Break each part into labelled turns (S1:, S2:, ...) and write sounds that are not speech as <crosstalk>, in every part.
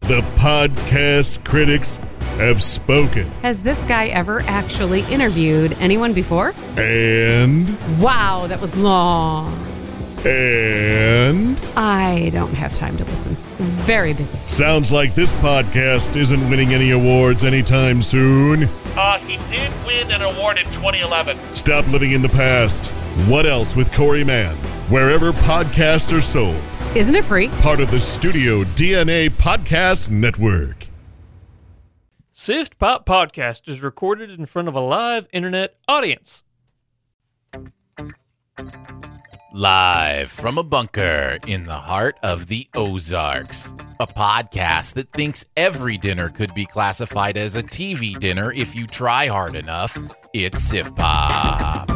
S1: The podcast critics have spoken.
S2: Has this guy ever actually interviewed anyone before?
S1: And,
S2: Wow, that was long.
S1: and,
S2: I don't have time to listen. Very busy.
S1: sounds like this podcast isn't winning any awards anytime soon.
S3: Uh, he did win an award in 2011.
S1: Stop living in the past. What else with Corey Mann? Wherever podcasts are sold,
S2: Isn't it free?
S1: part of the Studio DNA Podcast Network.
S3: Sift Pop Podcast is recorded in front of a live internet audience. <laughs>
S4: Live from a bunker in the heart of the Ozarks, a podcast that thinks every dinner could be classified as a TV dinner if you try hard enough. It's Sif Pop.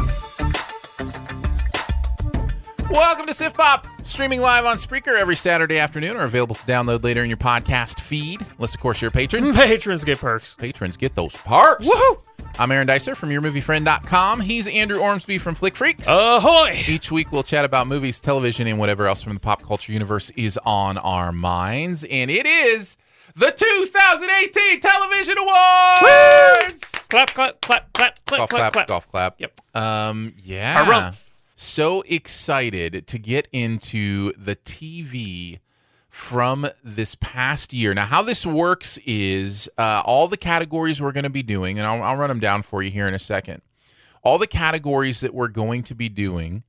S4: Welcome to Sif Pop, streaming live on Spreaker every Saturday afternoon or available to download later in your podcast feed, unless, of course, you're a
S3: <laughs>
S4: patron.
S3: Patrons get perks.
S4: Patrons get those parts.
S3: Woohoo!
S4: I'm Aaron Dicer from YourMovieFriend.com. He's Andrew Ormsby from Flick Freaks.
S3: Oh, Ahoy!
S4: Each week, we'll chat about movies, television, and whatever else from the pop culture universe is on our minds. And it is the 2018 Television Awards!
S3: Clap, clap, clap, clap, clap, clap,
S4: Golf clap,
S3: clap.
S4: golf clap.
S3: Yep.
S4: Um, yeah.
S3: Hurrah.
S4: So excited to get into the TV from this past year. Now, how this works is uh, all the categories we're going to be doing, and I'll, I'll run them down for you here in a second. All the categories that we're going to be doing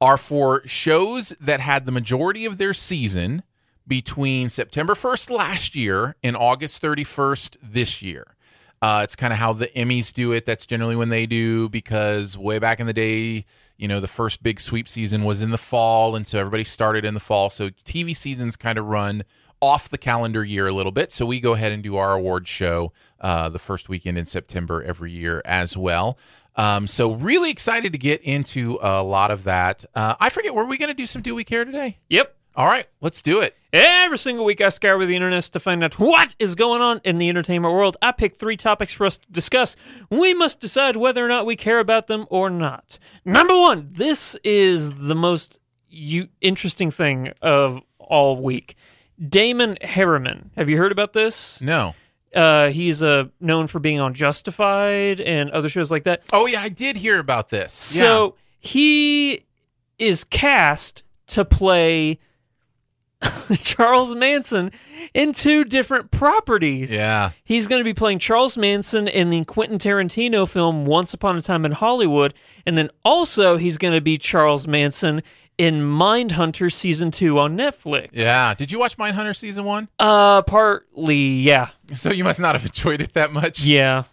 S4: are for shows that had the majority of their season between September 1st last year and August 31st this year. Uh, it's kind of how the Emmys do it. That's generally when they do because way back in the day, you know, the first big sweep season was in the fall, and so everybody started in the fall. So TV seasons kind of run off the calendar year a little bit. So we go ahead and do our award show uh, the first weekend in September every year as well. Um, so really excited to get into a lot of that. Uh, I forget were we going to do some Do We Care today?
S3: Yep.
S4: All right, let's do it.
S3: Every single week, I scour the internet to find out what is going on in the entertainment world. I pick three topics for us to discuss. We must decide whether or not we care about them or not. Number one, this is the most u- interesting thing of all week. Damon Harriman. Have you heard about this?
S4: No.
S3: Uh, he's uh, known for being on Justified and other shows like that.
S4: Oh yeah, I did hear about this.
S3: So he is cast to play <laughs> Charles Manson in two different properties.
S4: Yeah.
S3: He's going to be playing Charles Manson in the Quentin Tarantino film Once Upon a Time in Hollywood. And then also, he's going to be Charles Manson in Mindhunter season two on Netflix.
S4: yeah. Yeah. Did you watch Mindhunter season one?
S3: Uh, partly, yeah.
S4: So you must not have <laughs> enjoyed it that much.
S3: Yeah.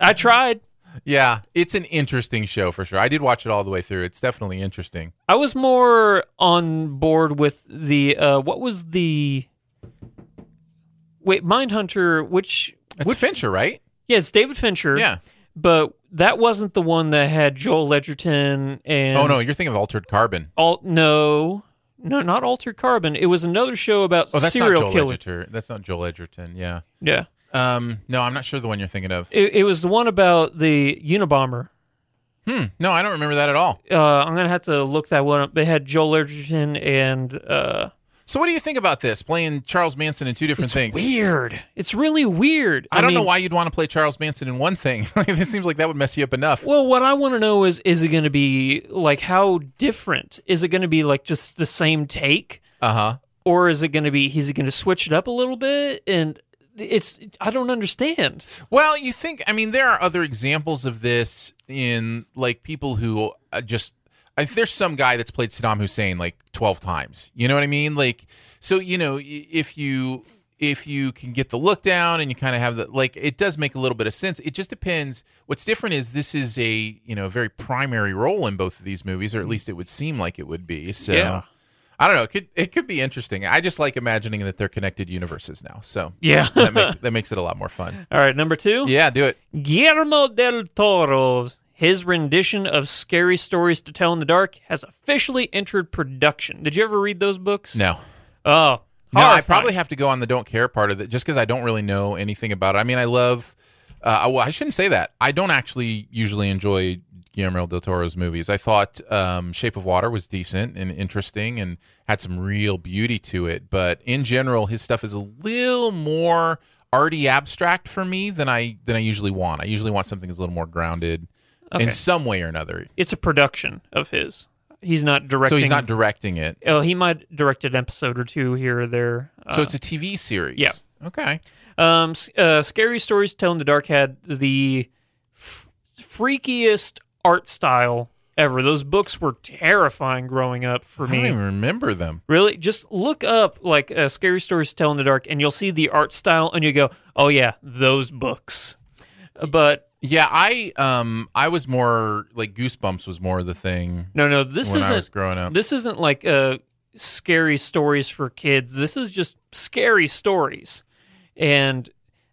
S3: I tried.
S4: Yeah, it's an interesting show for sure. I did watch it all the way through. It's definitely interesting.
S3: I was more on board with the uh what was the wait Mindhunter which
S4: It's
S3: which
S4: Fincher, right?
S3: yeah it's David Fincher
S4: Yeah.
S3: but that wasn't the one that had Joel Edgerton and
S4: Oh no, you're thinking of Altered Carbon.
S3: all no no not Altered Carbon it was another show about
S4: Oh, that's
S3: serial
S4: not Joel
S3: killer
S4: Edgerton. That's not Joel Edgerton. Yeah.
S3: yeah
S4: Um. No, I'm not sure the one you're thinking of.
S3: it, it was the one about the Unabomber
S4: Hmm. No, I don't remember that at all.
S3: uh I'm gonna have to look that one up they had Joel Edgerton and uh
S4: So what do you think about this? Playing Charles Manson in two different things.
S3: weird it's really weird
S4: I don't know
S3: mean-
S4: why you'd want to play Charles Manson in one thing. <laughs> Like, it seems like that would mess you up enough.
S3: Well, what I want to know is is it going to be like how different? Is it going to be like just the same take
S4: Uh huh.
S3: or is it going to be he's going to switch it up a little bit and it's I don't understand.
S4: Well, you think, I mean, there are other examples of this in like people who uh, just, I, there's some guy that's played Saddam Hussein like 12 times. You know what I mean? Like, so, you know, i- if you, if you can get the look down and you kind of have the, like, it does make a little bit of sense. It just depends. What's different is this is a, you know, very primary role in both of these movies, or at least it would seem like it would be. So.
S3: Mm. Yeah.
S4: I don't know. It could it could be interesting. I just like imagining that they're connected universes now. So
S3: Yeah. <laughs>
S4: that, make, that makes it a lot more fun.
S3: All right, number 2.
S4: Yeah, do it.
S3: Guillermo del Toro's his rendition of Scary Stories to Tell in the Dark has officially entered production. Did you ever read those books?
S4: No.
S3: Oh.
S4: No, I
S3: horrifying.
S4: probably have to go on the don't care part of it just because I don't really know anything about it. I mean, I love, uh, well, I shouldn't say that. I don't actually usually enjoy Guillermo del Toro's movies. I thought um, Shape of Water was decent and interesting and had some real beauty to it. But in general, his stuff is a little more arty abstract for me than I than I usually want. I usually want something that's a little more grounded in some way or another.
S3: It's a production of his. He's not directing.
S4: So he's not directing it.
S3: Oh, he might direct an episode or two here or there.
S4: So it's a TV series.
S3: yeah.
S4: Okay.
S3: Um, s- uh, Scary Stories to Tell in the Dark had the f- freakiest art style ever. Those books were terrifying growing up for
S4: I don't
S3: me.
S4: even remember them.
S3: Really, just look up like uh, Scary Stories to Tell in the Dark, and you'll see the art style, and you go, "Oh yeah, those books." Uh, But
S4: Yeah, I um I was more like Goosebumps was more the thing
S3: no, no, this
S4: when
S3: isn't.
S4: I was growing up.
S3: This isn't like uh, scary stories for kids. This is just scary stories, and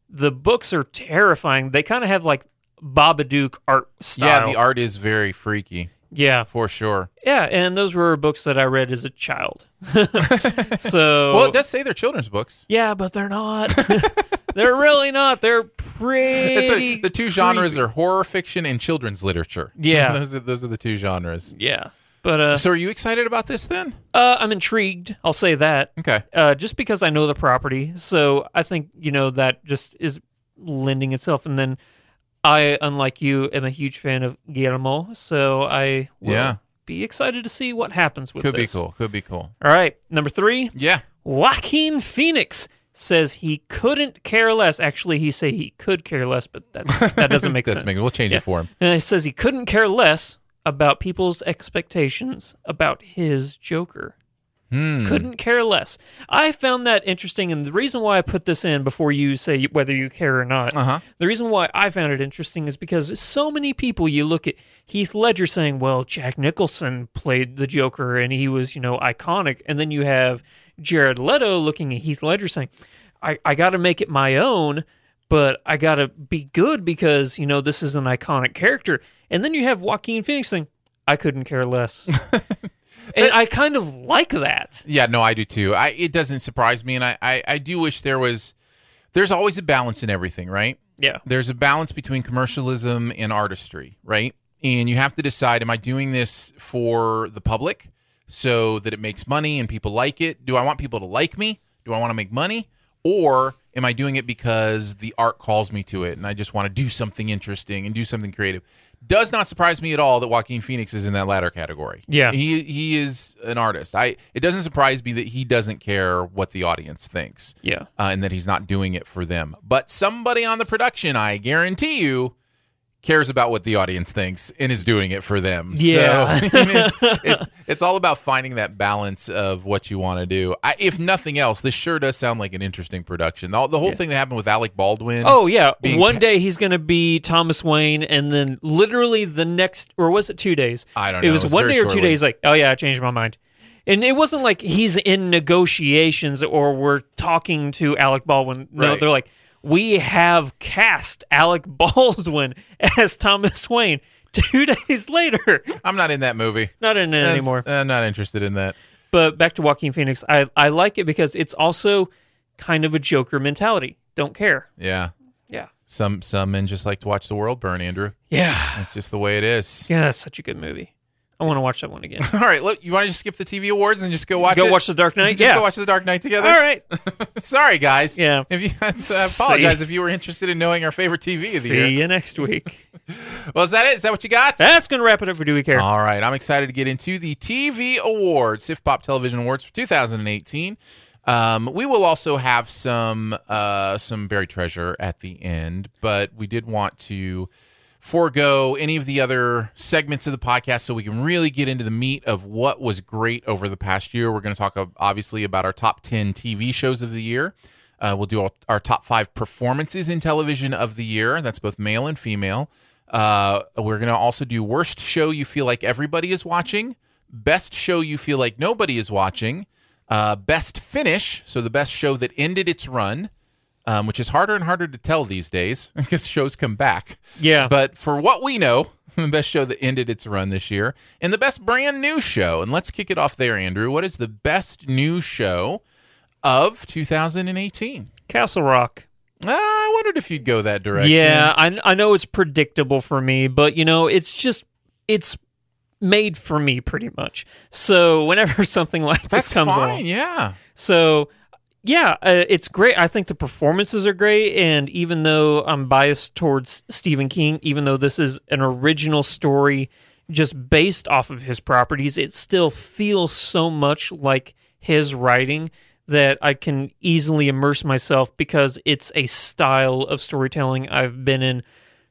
S3: the books are terrifying. They kind of have like Babadook art
S4: yeah,
S3: style.
S4: the art is very freaky
S3: yeah,
S4: for sure.
S3: yeah, and those were books that I read as a child. <laughs> so
S4: Well, it does say they're children's books.
S3: yeah, but they're not. <laughs> they're really not. They're pretty.
S4: That's what, the two genres are horror fiction and children's literature. <laughs>
S3: Yeah.
S4: those are those are the two genres.
S3: Yeah, but uh,
S4: So are you excited about this then?
S3: uh, I'm intrigued. I'll say that.
S4: Okay.
S3: uh, just because I know the property. So I think you know that just is lending itself. And then I, unlike you, am a huge fan of Guillermo, so I will
S4: Yeah.
S3: be excited to see what happens with
S4: Could be
S3: this.
S4: cool. Could be cool.
S3: All right, number three,
S4: Yeah.
S3: Joaquin Phoenix says he couldn't care less. Actually, he say he could care less, but that
S4: <laughs>
S3: that doesn't make
S4: That's
S3: sense.
S4: making we'll change
S3: Yeah.
S4: it for him.
S3: And he says he couldn't care less about people's expectations about his Joker.
S4: Hmm.
S3: Couldn't care less. I found that interesting, and the reason why I put this in before you say whether you care or not,
S4: Uh-huh.
S3: the reason why I found it interesting is because so many people you look at Heath Ledger saying, "Well, Jack Nicholson played the Joker, and he was, you know, iconic," and then you have Jared Leto looking at Heath Ledger saying, "I, I got to make it my own." but I gotta be good because you know this is an iconic character. And then you have Joaquin Phoenix saying, "I couldn't care less," and I kind of like that.
S4: Yeah, no, I do too. I it doesn't surprise me and I, I, I do wish there was there's always a balance in everything, right?
S3: Yeah,
S4: there's a balance between commercialism and artistry, right? And you have to decide am I doing this for the public so that it makes money and people like it? Do I want people to like me? Do I want to make money? Or am I doing it because the art calls me to it and I just want to do something interesting and do something creative? Does not surprise me at all that Joaquin Phoenix is in that latter category.
S3: Yeah.
S4: He he is an artist. I it doesn't surprise me that he doesn't care what the audience thinks
S3: yeah,
S4: uh, and that he's not doing it for them. But somebody on the production, I guarantee you, cares about what the audience thinks and is doing it for them.
S3: Yeah.
S4: So, <laughs> I mean, it's, it's, it's all about finding that balance of what you want to do. I, if nothing else, this sure does sound like an interesting production. The, the whole thing that happened with Alec Baldwin.
S3: Oh yeah,
S4: Being-
S3: one day he's gonna be Thomas Wayne, and then literally the next, or was it two days?
S4: I don't
S3: It
S4: know.
S3: was,
S4: It was
S3: one
S4: very
S3: day or two
S4: shortly.
S3: days. Like, oh yeah, I changed my mind. And it wasn't like he's in negotiations or we're talking to Alec Baldwin. No,
S4: Right.
S3: they're like, we have cast Alec <laughs> Baldwin as Thomas Wayne. <laughs> Two days later,
S4: I'm not in that movie.
S3: not in it
S4: That's- uh,
S3: anymore.
S4: I'm not interested in that.
S3: But back to Joaquin Phoenix, I I like it because it's also kind of a Joker mentality. Don't care.
S4: Yeah.
S3: Yeah.
S4: Some some men just like to watch the world burn, Andrew.
S3: Yeah.
S4: That's just the way it is.
S3: Yeah, that's such a good movie. I want to watch that one
S4: <laughs>
S3: again.
S4: All right, look, you want to just skip the TV awards and just go watch
S3: Go
S4: it?
S3: watch The Dark Knight?
S4: Just
S3: Yeah.
S4: go watch The Dark Knight together.
S3: All right.
S4: Sorry, guys.
S3: Yeah.
S4: If you, <laughs> I
S3: See.
S4: apologize if you were interested in knowing our favorite TV of the
S3: See
S4: year.
S3: you next
S4: <laughs>
S3: week.
S4: Well, is that it? Is that what you got?
S3: That's going to wrap it up for Do We Care?
S4: All right. I'm excited to get into the TV awards, SIF Pop Television Awards for 2018. Um, we will also have some uh, some buried treasure at the end, but we did want to forego any of the other segments of the podcast so we can really get into the meat of what was great over the past year. We're going to talk uh, obviously about our top 10 TV shows of the year. Uh, we'll do our, our top five performances in television of the year. That's both male and female. Uh, we're going to also do worst show you feel like everybody is watching, best show you feel like nobody is watching, uh, best finish, so the best show that ended its run, um, which is harder and harder to tell these days <laughs> because shows come back.
S3: Yeah.
S4: But for what we know, <laughs> the best show that ended its run this year and the best brand new show. And let's kick it off there, Andrew. What is the best new show of 2018?
S3: Castle Rock.
S4: Ah, I wondered if you'd go that direction.
S3: Yeah, I, I know it's predictable for me, but you know, it's just it's made for me pretty much. So whenever <laughs> something like
S4: That's
S3: this comes
S4: fine.
S3: along,
S4: Yeah.
S3: so yeah, uh, it's great. I think the performances are great, and even though I'm biased towards Stephen King, even though this is an original story just based off of his properties, it still feels so much like his writing that I can easily immerse myself because it's a style of storytelling I've been in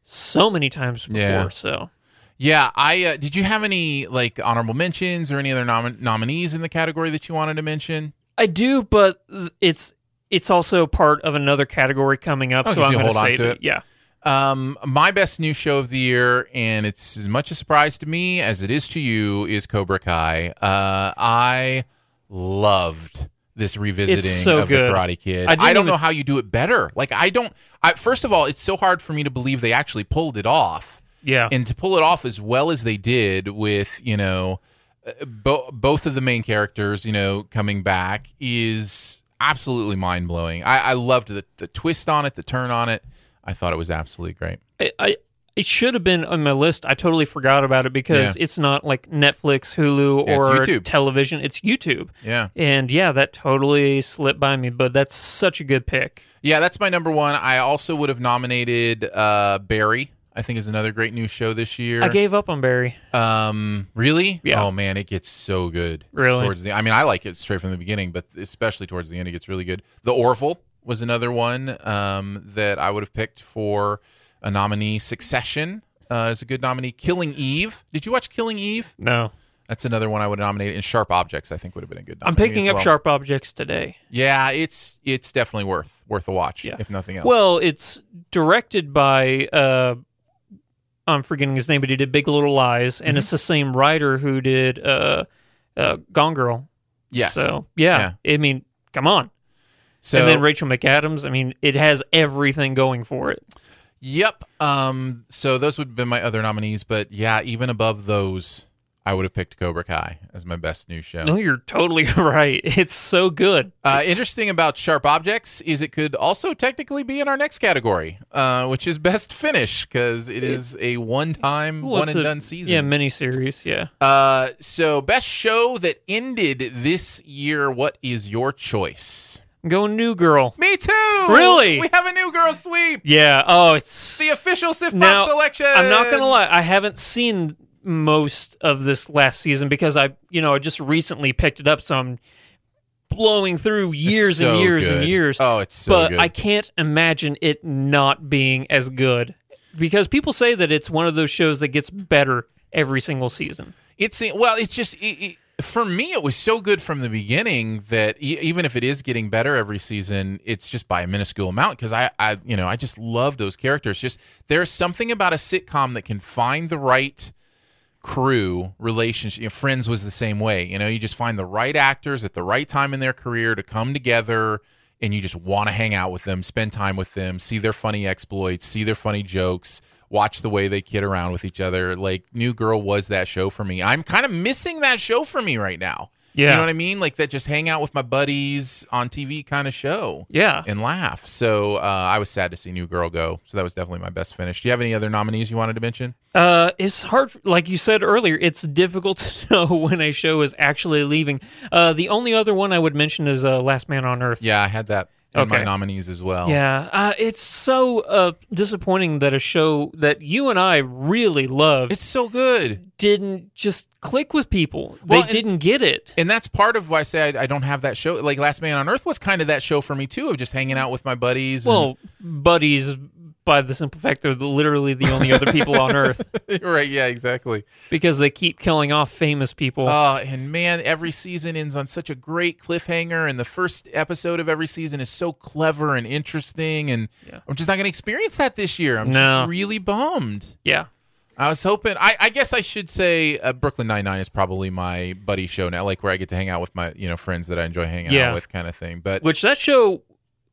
S3: so many times before.
S4: Yeah.
S3: So
S4: Yeah, I uh, did. You have any like honorable mentions or any other nom- nominees in the category that you wanted to mention?
S3: I do, but th- it's it's also part of another category coming up, so
S4: Okay,
S3: I'm
S4: so Oh, you
S3: going to
S4: hold on
S3: say
S4: to
S3: that-
S4: it.
S3: yeah.
S4: Um, my best new show of the year, and it's as much a surprise to me as it is to you, is Cobra Kai. Uh, I loved this revisiting
S3: so
S4: of
S3: good.
S4: the Karate Kid.
S3: I
S4: I,
S3: didn't
S4: don't
S3: even-
S4: know how you do it better. Like I don't. I, first of all, it's so hard for me to believe they actually pulled it off.
S3: Yeah.
S4: <laughs> and to pull it off as well as they did with you know uh, bo- both of the main characters you know coming back is absolutely mind-blowing i, I loved the-, the twist on it the turn on it i thought it was absolutely great
S3: I, I it should have been on my list. I totally forgot about it because
S4: Yeah.
S3: it's not like Netflix, Hulu,
S4: Yeah, it's
S3: or
S4: YouTube.
S3: television. It's YouTube.
S4: yeah
S3: And yeah, that totally slipped by me, but that's such a good pick.
S4: yeah that's my number one i also would have nominated uh, barry i think is another great new show this year
S3: I gave up on Barry.
S4: Um, really?
S3: Yeah.
S4: Oh man, it gets so good.
S3: Really?
S4: Towards the, I mean, I like it straight from the beginning, but especially towards the end, it gets really good. The Orville was another one um, that I would have picked for a nominee. Succession uh, is a good nominee. Killing Eve. Did you watch Killing Eve?
S3: No.
S4: That's another one I would have nominated. And Sharp Objects, I think, would have been a good.
S3: I'm
S4: nominee
S3: picking
S4: as
S3: up
S4: well.
S3: sharp objects today.
S4: Yeah, it's it's definitely worth worth a watch,
S3: Yeah.
S4: if nothing else.
S3: Well, it's directed by uh I'm forgetting his name, but he did Big Little Lies and
S4: Mm-hmm.
S3: it's the same writer who did uh uh Gone Girl.
S4: yes.
S3: So, yeah. I mean, come on.
S4: So-
S3: and then Rachel McAdams. I mean, it has everything going for it.
S4: Yep. Um. So those would have been my other nominees, but yeah, even above those, I would have picked Cobra Kai as my best new show.
S3: No, you're totally <laughs> right. It's so good.
S4: uh, interesting about Sharp Objects is it could also technically be in our next category, uh, which is Best Finish, because it is a one-time,
S3: Well, it's a-
S4: one-and-done season.
S3: Yeah, miniseries. Yeah.
S4: Uh. So best show that ended this year. What is your choice?
S3: I'm going New Girl.
S4: Me too.
S3: Really?
S4: We have a new girl sweep.
S3: Yeah. Oh, it's
S4: The official Sif
S3: now.
S4: Pop selection.
S3: I'm not gonna lie. I haven't seen most of this last season because I, you know, I just recently picked it up, so I'm blowing through years
S4: so
S3: and years
S4: good.
S3: and years.
S4: Oh, it's so
S3: but
S4: good.
S3: I can't imagine it not being as good because people say that it's one of those shows that gets better every single season.
S4: It's well, it's just it, it, for me. It was so good from the beginning that e- even if it is getting better every season, it's just by a minuscule amount because I, I, you know, I just love those characters. Just there's something about a sitcom that can find the right crew relationship. You know, Friends was the same way. You know, you just find the right actors at the right time in their career to come together. And you just want to hang out with them, spend time with them, see their funny exploits, see their funny jokes, watch the way they kid around with each other. Like New Girl was that show for me. I'm kind of missing that show for me right now.
S3: Yeah.
S4: You know what I mean? Like that just hang out with my buddies on TV kind of show
S3: Yeah.
S4: and laugh. So uh, I was sad to see New Girl go. So that was definitely my best finish. Do you have any other nominees you wanted to mention?
S3: Uh, it's hard, like you said earlier, it's difficult <laughs> to know when a show is actually leaving. Uh, the only other one I would mention is uh, Last Man on Earth.
S4: Yeah, I had that in my
S3: Okay.
S4: nominees as well.
S3: Yeah, uh, it's so uh, disappointing that a show that you and I really loved
S4: It's so good.
S3: didn't just click with people.
S4: Well,
S3: they
S4: and-
S3: didn't get it.
S4: And that's part of why I say I, I don't have that show. Like Last Man on Earth was kind of that show for me too, of just hanging out with my buddies. and-
S3: Well, buddies, by the simple fact they're the- literally the only other people
S4: <laughs>
S3: on Earth
S4: <laughs> right? Yeah, exactly.
S3: because they keep killing off famous people.
S4: Uh, and man, every season ends on such a great cliffhanger, and the first episode of every season is so clever and interesting. And I'm just not going to experience that this year. I'm
S3: No.
S4: just really bummed.
S3: yeah.
S4: I was hoping. I, I guess I should say uh, Brooklyn Nine Nine is probably my buddy show now, like where I get to hang out with my you know friends that I enjoy hanging
S3: Yeah.
S4: out with, kind of thing. But
S3: Which that show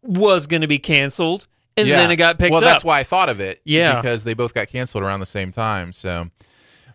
S3: was going to be canceled and
S4: yeah.
S3: then it got picked
S4: Well,
S3: up.
S4: that's why I thought of it.
S3: Yeah.
S4: because they both got canceled around the same time. So,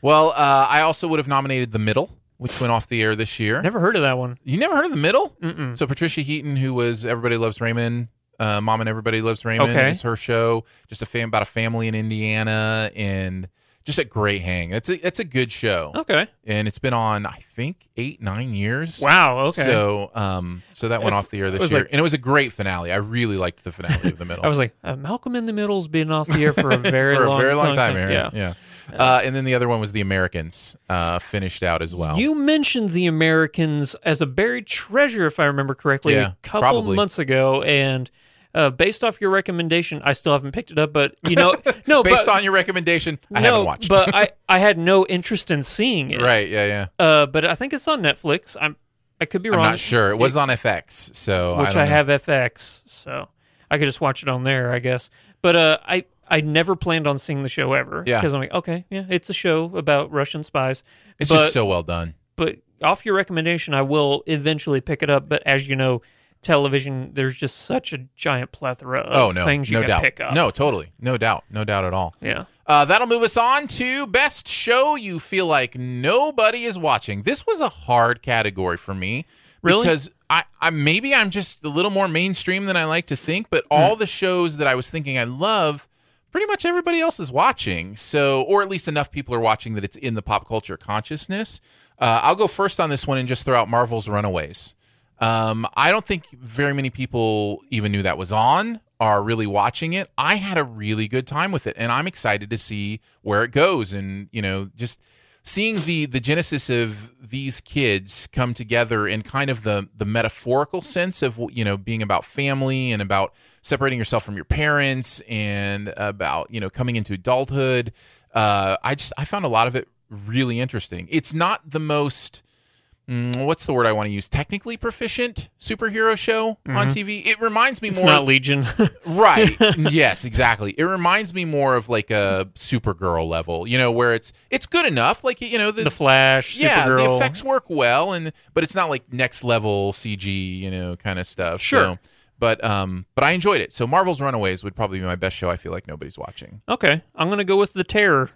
S4: well, uh, I also would have nominated The Middle, which went off the air this year.
S3: Never heard of that one.
S4: You never heard of the middle? Mm-mm. So Patricia Heaton, who was Everybody Loves Raymond, uh, Mom and Everybody Loves Raymond,
S3: Okay.
S4: it was her show. Just a fan about a family in Indiana, and just a great hang. That's a that's a good show,
S3: Okay.
S4: and it's been on I think eight nine years.
S3: Wow. Okay.
S4: So um so that went off the air
S3: was
S4: this year,
S3: like-
S4: and it was a great finale. I really liked the finale of the
S3: <laughs>
S4: middle.
S3: I was like, uh, Malcolm in the Middle's been off the air for
S4: <laughs>
S3: a very
S4: for
S3: long
S4: a very long
S3: time.
S4: time, Aaron.
S3: Yeah.
S4: yeah. Uh, and then the other one was the Americans uh, finished out as well.
S3: You mentioned the Americans as a buried treasure, if I remember correctly,
S4: Yeah,
S3: a couple
S4: probably.
S3: months ago, and uh, based off your recommendation, I still haven't picked it up. But you
S4: <laughs>
S3: know, no,
S4: Based
S3: but,
S4: on your recommendation, I
S3: no,
S4: haven't watched.
S3: but
S4: <laughs>
S3: I, I had no interest in seeing it.
S4: right, yeah, yeah.
S3: Uh, but I think it's on Netflix. I'm, I could be wrong.
S4: I'm not sure. It was on FX, so
S3: which
S4: don't
S3: I,
S4: know.
S3: have FX, so I could just watch it on there, I guess. But uh, I I never planned on seeing the show ever
S4: Yeah.
S3: because I'm like, okay, yeah, it's a show about Russian spies.
S4: It's
S3: but,
S4: just so well done.
S3: but off your recommendation, I will eventually pick it up. But as you know, television, there's just such a giant plethora of
S4: Oh no,
S3: things you
S4: no
S3: can
S4: doubt.
S3: pick up.
S4: No, totally, no doubt, no doubt at all.
S3: yeah,
S4: Uh, that'll move us on to best show you feel like nobody is watching. This was a hard category for me.
S3: Really?
S4: Because I, I maybe I'm just a little more mainstream than I like to think, but all the shows that I was thinking I love, pretty much everybody else is watching. So, or at least enough people are watching that it's in the pop culture consciousness. Uh, I'll go first on this one and just throw out Marvel's Runaways. Um, I don't think very many people even knew that was on, are really watching it. I had a really good time with it, and I'm excited to see where it goes. And you know, just seeing the the genesis of these kids come together in kind of the the metaphorical sense of you know being about family and about separating yourself from your parents and about you know coming into adulthood. Uh, I just I found a lot of it really interesting. It's not the most mm, what's the word I want to use? Technically proficient superhero show on TV. It reminds me
S3: Mm-hmm. it's
S4: more
S3: not Legion. <laughs>
S4: right. yes, exactly. It reminds me more of like a Supergirl level, you know, where it's it's good enough. Like you know, the,
S3: the Flash,
S4: yeah, the
S3: Supergirl.
S4: effects work well, and but it's not like next level CG, you know, kind of stuff.
S3: Sure.
S4: So, but um, but I enjoyed it. So Marvel's Runaways would probably be my best show. I feel like nobody's watching.
S3: Okay, I'm gonna go with the Terror.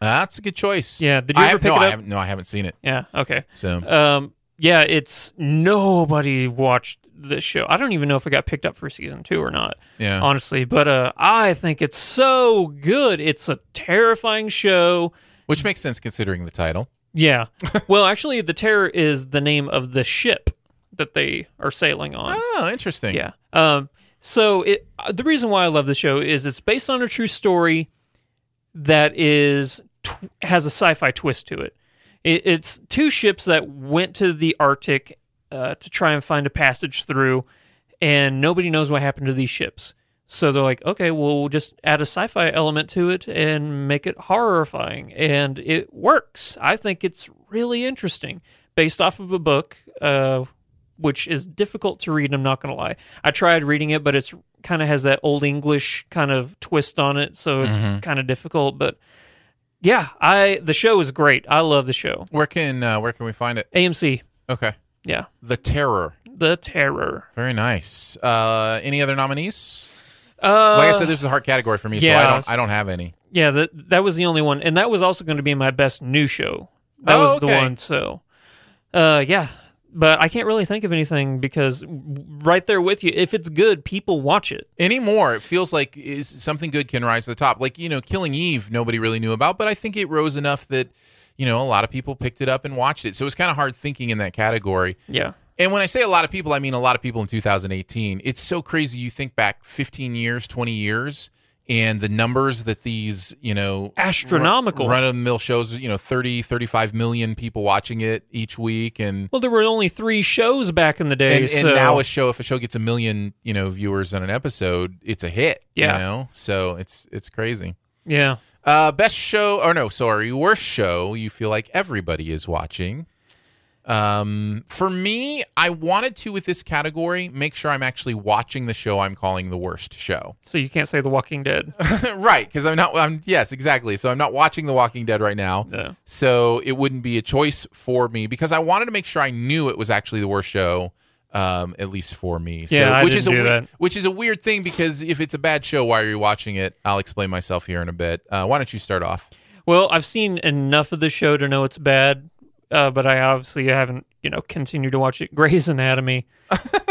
S4: that's a good choice.
S3: Yeah, did you
S4: I
S3: ever
S4: have-
S3: pick
S4: no,
S3: it
S4: I
S3: up?
S4: haven't, no, I haven't seen it.
S3: Yeah. Okay.
S4: So
S3: Um. Yeah, it's nobody watched this show. I don't even know if it got picked up for season two or not.
S4: Yeah.
S3: Honestly, but uh, I think it's so good. It's a terrifying show.
S4: which makes sense considering the title.
S3: Yeah. well, actually, the Terror is the name of the ship that they are sailing on.
S4: Oh, interesting.
S3: Yeah. Um. So it uh, the reason why I love the show is it's based on a true story that is tw- has a sci-fi twist to it. it. It's two ships that went to the Arctic uh, to try and find a passage through, and nobody knows what happened to these ships. So they're like, okay, well, we'll just add a sci-fi element to it and make it horrifying, and it works. I think it's really interesting, based off of a book. Uh, which is difficult to read. I'm not going to lie. I tried reading it, but it's kind of has that old English kind of twist on it, so it's kind of difficult. But yeah, I the show is great. I love the show.
S4: Where can uh, where can we find it?
S3: AMC,
S4: Okay.
S3: yeah,
S4: The Terror.
S3: The Terror.
S4: Very nice. Uh, any other nominees?
S3: Uh,
S4: like I said, this is a hard category for me, so
S3: yeah.
S4: I don't I don't have any.
S3: yeah, that that was the only one, and that was also going to be my best new show. That
S4: Oh,
S3: was the
S4: okay.
S3: one. So, uh, yeah. But I can't really think of anything because right there with you, if it's good, people watch it.
S4: Any more? It feels like is something good can rise to the top. Like you know, Killing Eve, nobody really knew about, but I think it rose enough that you know a lot of people picked it up and watched it. So it was kind of hard thinking in that category.
S3: Yeah.
S4: And when I say a lot of people, I mean a lot of people in 2018. It's so crazy. You think back 15 years, 20 years, and the numbers that these, you know,
S3: Astronomical.
S4: run of the mill shows, you know, 30, 35 million people watching it each week. And,
S3: Well, there were only three shows back in the day.
S4: and, and
S3: so
S4: now a show, if a show gets a million, you know, viewers on an episode, it's a hit,
S3: Yeah.
S4: you know? So it's, it's crazy.
S3: yeah.
S4: Uh, best show, or no, sorry, worst show you feel like everybody is watching. Um, for me, I wanted to, with this category, make sure I'm actually watching the show I'm calling the worst show.
S3: So you can't say The Walking Dead.
S4: <laughs> right, because I'm not, I'm, yes, exactly. So I'm not watching The Walking Dead right now.
S3: No.
S4: So it wouldn't be a choice for me because I wanted to make sure I knew it was actually the worst show. Um, at least for me, so,
S3: Yeah, I
S4: which is a
S3: didn't do
S4: wei-
S3: that.
S4: which is a weird thing because if it's a bad show, why are you watching it? I'll explain myself here in a bit. Uh, why don't you start off?
S3: Well, I've seen enough of the show to know it's bad, uh, but I obviously haven't, you know, continued to watch it. <laughs> Grey's Anatomy.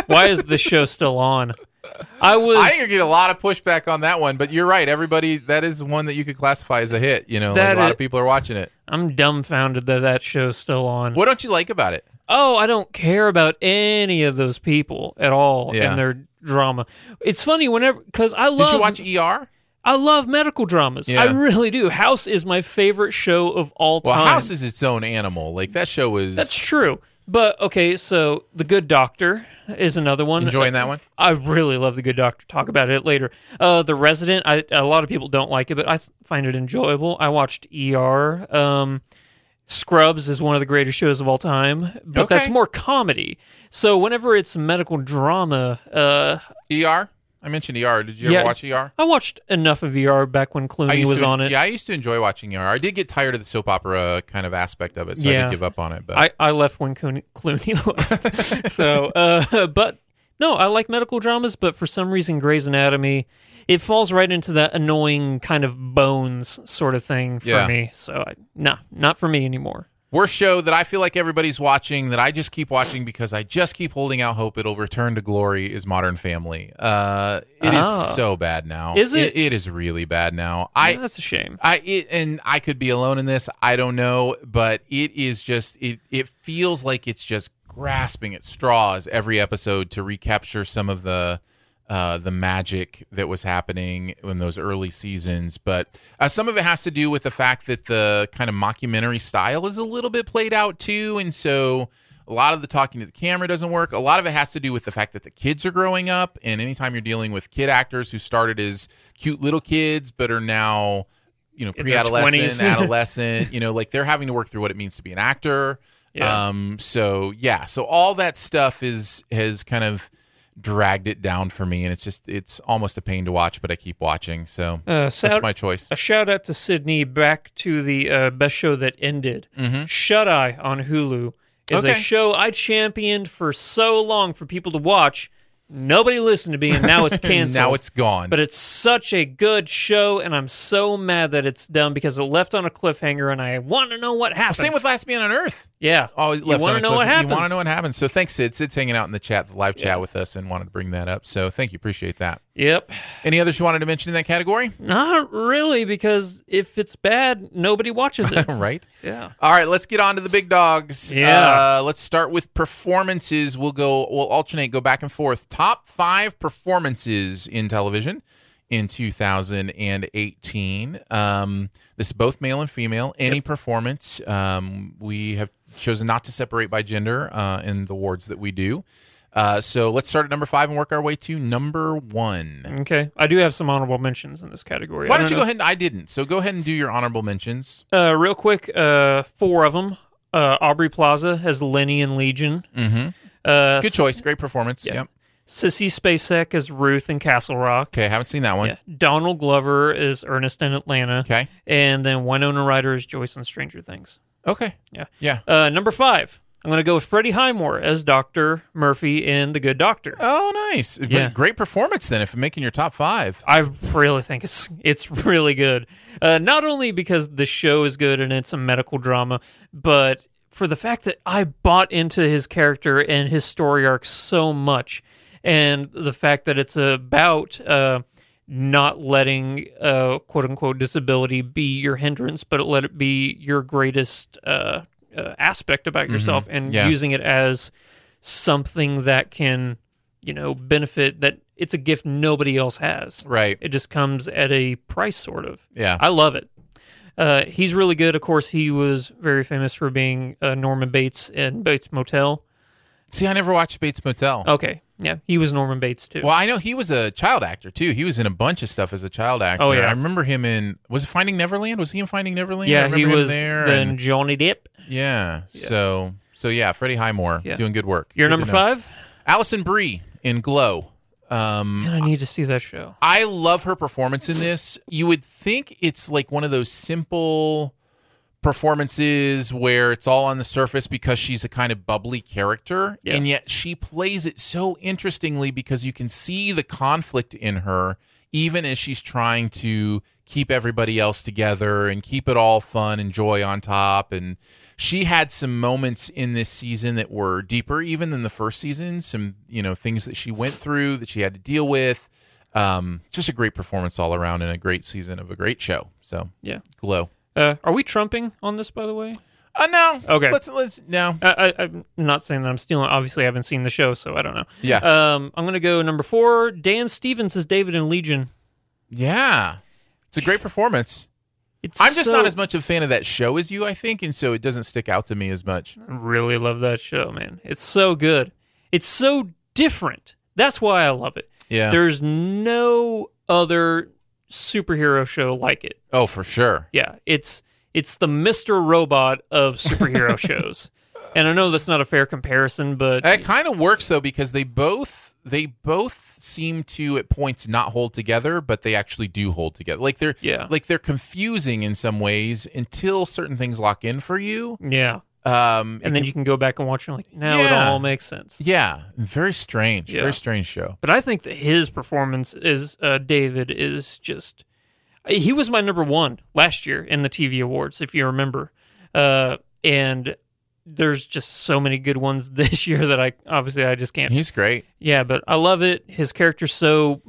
S3: Why is this show still on? I was.
S4: I think you get a lot of pushback on that one, but you're right. Everybody, that is one that you could classify as a hit. You know, like
S3: That
S4: a lot
S3: i-
S4: of people are watching it.
S3: I'm dumbfounded that that show's still on.
S4: What don't you like about it?
S3: Oh, I don't care about any of those people at all
S4: Yeah.
S3: and their drama. It's funny whenever because I
S4: Did
S3: love
S4: you watch ER?
S3: I love medical dramas.
S4: Yeah.
S3: I really do. House is my favorite show of all
S4: Well,
S3: time.
S4: House is its own animal. Like that show was
S3: That's true. But okay, so The Good Doctor is another one. Uh,
S4: enjoying that one.
S3: I really love The Good Doctor. Talk about it later. Uh, the Resident, I, a lot of people don't like it, but I find it enjoyable. I watched ER. Um, Scrubs is one of the greatest shows of all time, but that's
S4: Okay.
S3: more comedy. So whenever it's medical drama, uh,
S4: ER. I mentioned ER. Did you
S3: Yeah.
S4: ever watch ER?
S3: I watched enough of ER back when
S4: I
S3: Clooney was
S4: to,
S3: on it.
S4: Yeah, I used to enjoy watching ER. I did get tired of the soap opera kind of aspect of it, so I
S3: Yeah.
S4: did give up on it. But
S3: I, I left when Clooney, Clooney <laughs> left. so, uh, <laughs> but no, I like medical dramas, but for some reason, Grey's Anatomy, it falls right into that annoying kind of bones sort of thing for
S4: Yeah.
S3: me. So, I, nah, not for me anymore.
S4: worst show that I feel like everybody's watching that I just keep watching because I just keep holding out hope it'll return to glory is Modern Family. Uh, it is
S3: Ah.
S4: so bad now.
S3: Is it?
S4: It is really bad now.
S3: I,
S4: I.
S3: that's a shame.
S4: I it, and I could be alone in this. I don't know, but it is just it. It feels like it's just grasping at straws every episode to recapture some of the uh, the magic that was happening in those early seasons. But uh, some of it has to do with the fact that the kind of mockumentary style is a little bit played out too, and so. A lot of the talking to the camera doesn't work. A lot of it has to do with the fact that the kids are growing up, and anytime you're dealing with kid actors who started as cute little kids but are now you know
S3: In their
S4: pre-adolescent
S3: 20s. <laughs>
S4: adolescent you know like they're having to work through what it means to be an actor
S3: Yeah.
S4: um so yeah so all that stuff is has kind of dragged it down for me and it's just it's almost a pain to watch but i keep watching so
S3: Uh,
S4: that's
S3: sad,
S4: my choice
S3: a shout out to Sydney back to the uh, best show that ended. Shut Eye on Hulu is a
S4: Mm-hmm. Okay.
S3: show I championed for so long for people to watch. Nobody listened to me, and
S4: <laughs>
S3: now it's canceled.
S4: now it's gone
S3: But it's such a good show, and I'm so mad that it's done because it left on a cliffhanger, and I want to know what happened.
S4: same with last man on earth
S3: yeah.
S4: always left
S3: you want
S4: on
S3: to know
S4: a
S3: what
S4: cliff-
S3: happens.
S4: you want to know what happens so thanks sid sid's hanging out in the chat the live chat with us and wanted to bring that up so thank you appreciate that
S3: Yep.
S4: any others you wanted to mention in that category
S3: Not really, because if it's bad, nobody watches it.
S4: <laughs> right
S3: yeah.
S4: All right, let's get on to the big dogs.
S3: Yeah.
S4: Uh, let's start with performances. We'll go, we'll alternate, go back and forth. Top five performances in television in 2018. Um, this is both male and female. Any performance. Um, we have chosen not to separate by gender uh, in the awards that we do. Uh, so let's start at number five and work our way to number one.
S3: Okay. I do have some honorable mentions in this category.
S4: Why
S3: I
S4: don't you
S3: know-
S4: go ahead? And, I didn't. So go ahead and do your honorable mentions.
S3: Uh, real quick, uh, four of them. Uh, Aubrey Plaza as Lenny and Legion.
S4: Mm.
S3: Mm-hmm. Uh,
S4: Good choice. Great performance.
S3: Yeah.
S4: Yep.
S3: Sissy Spacek as Ruth in Castle Rock.
S4: Okay. Haven't seen that one.
S3: Yeah. Donald Glover is Ernest in Atlanta.
S4: Okay.
S3: And then Winona Ryder is Joyce in Stranger Things.
S4: Okay.
S3: Yeah.
S4: Yeah.
S3: Uh, number five, I'm going to go with Freddie Highmore as Dr. Murphy in The Good Doctor.
S4: Oh, nice. Gr-
S3: Yeah.
S4: Great performance then if making your top five.
S3: I really think it's it's really good. Uh, not only because the show is good and it's a medical drama, but for the fact that I bought into his character and his story arc so much, and the fact that it's about uh, not letting uh, quote unquote disability be your hindrance, but let it be your greatest uh, uh, aspect about yourself and
S4: Yeah.
S3: using it as something that can, you know, benefit that it's a gift nobody else has.
S4: Right.
S3: It just comes at a price, sort of.
S4: Yeah.
S3: I love it. Uh, he's really good. Of course, he was very famous for being uh, Norman Bates in Bates Motel.
S4: See, I never watched Bates Motel.
S3: Okay, yeah, he was Norman Bates too.
S4: Well, I know he was a child actor too. He was in a bunch of stuff as a child actor.
S3: Oh, yeah.
S4: I remember him in was it Finding Neverland? Was he in Finding Neverland? I
S3: yeah, he
S4: remember him
S3: was
S4: there.
S3: then
S4: and-
S3: Johnny Depp.
S4: yeah. So so yeah, Freddie Highmore
S3: Yeah.
S4: doing good work.
S3: You're
S4: Good
S3: number
S4: to know.
S3: five,
S4: Allison Brie in Glow. Um,
S3: and I need to see that show.
S4: I love her performance in this. You would think it's like one of those simple performances where it's all on the surface because she's a kind of bubbly character
S3: Yeah.
S4: and yet she plays it so interestingly because you can see the conflict in her even as she's trying to keep everybody else together and keep it all fun and joy on top and she had some moments in this season that were deeper even than the first season some you know things that she went through that she had to deal with um, just a great performance all around and a great season of a great show so
S3: Yeah.
S4: glow
S3: Uh, are we trumping on this, by the way?
S4: uh, no.
S3: Okay.
S4: Let's let's no.
S3: I, I, I'm not saying that I'm stealing. Obviously, I haven't seen the show, so I don't know.
S4: Yeah.
S3: Um, I'm gonna go number four. Dan Stevens is David in Legion.
S4: yeah. It's a great performance.
S3: It's
S4: I'm just
S3: so-
S4: not as much a fan of that show as you, I think, and so it doesn't stick out to me as much.
S3: I really love that show, man. It's so good. It's so different. That's why I love it.
S4: Yeah.
S3: There's no other superhero show like it.
S4: oh, for sure.
S3: Yeah, it's it's the Mr. Robot of
S4: <laughs>
S3: superhero shows. And I know that's not a fair comparison, but
S4: It kind of works though because they both they both seem to at points not hold together, but they actually do hold together. Like they're
S3: Yeah.
S4: like they're confusing in some ways until certain things lock in for you.
S3: yeah.
S4: Um,
S3: And then you can go back and watch and like, now it
S4: Yeah.
S3: all makes sense.
S4: yeah, very strange,
S3: Yeah.
S4: very strange show.
S3: But I think that his performance is uh, David is just he was my number one last year in the TV awards, if you remember. Uh, and there's just so many good ones <laughs> this year that I obviously I just can't.
S4: He's great.
S3: Yeah, but I love it. His character's so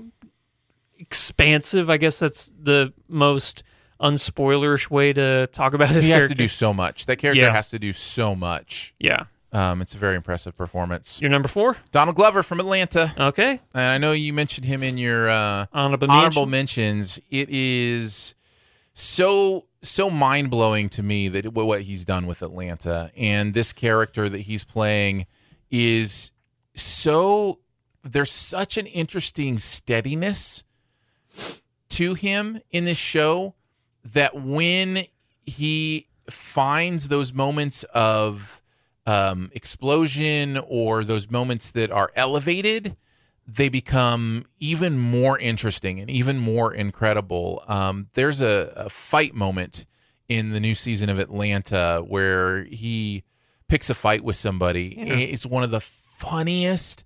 S3: expansive. I guess that's the most unspoilerish way to talk about his
S4: he has
S3: character.
S4: to do so much. That character
S3: Yeah.
S4: has to do so much.
S3: yeah,
S4: Um, it's a very impressive performance.
S3: you're number four.
S4: Donald Glover from Atlanta.
S3: Okay,
S4: And Uh, I know you mentioned him in your uh,
S3: honorable.
S4: honorable
S3: mention.
S4: mentions. It is so so mind blowing to me that what what he's done with Atlanta and this character that he's playing is so there's such an interesting steadiness to him in this show that when he finds those moments of um, explosion or those moments that are elevated, they become even more interesting and even more incredible. Um, there's a, a fight moment in the new season of Atlanta where he picks a fight with somebody. And It's one of the funniest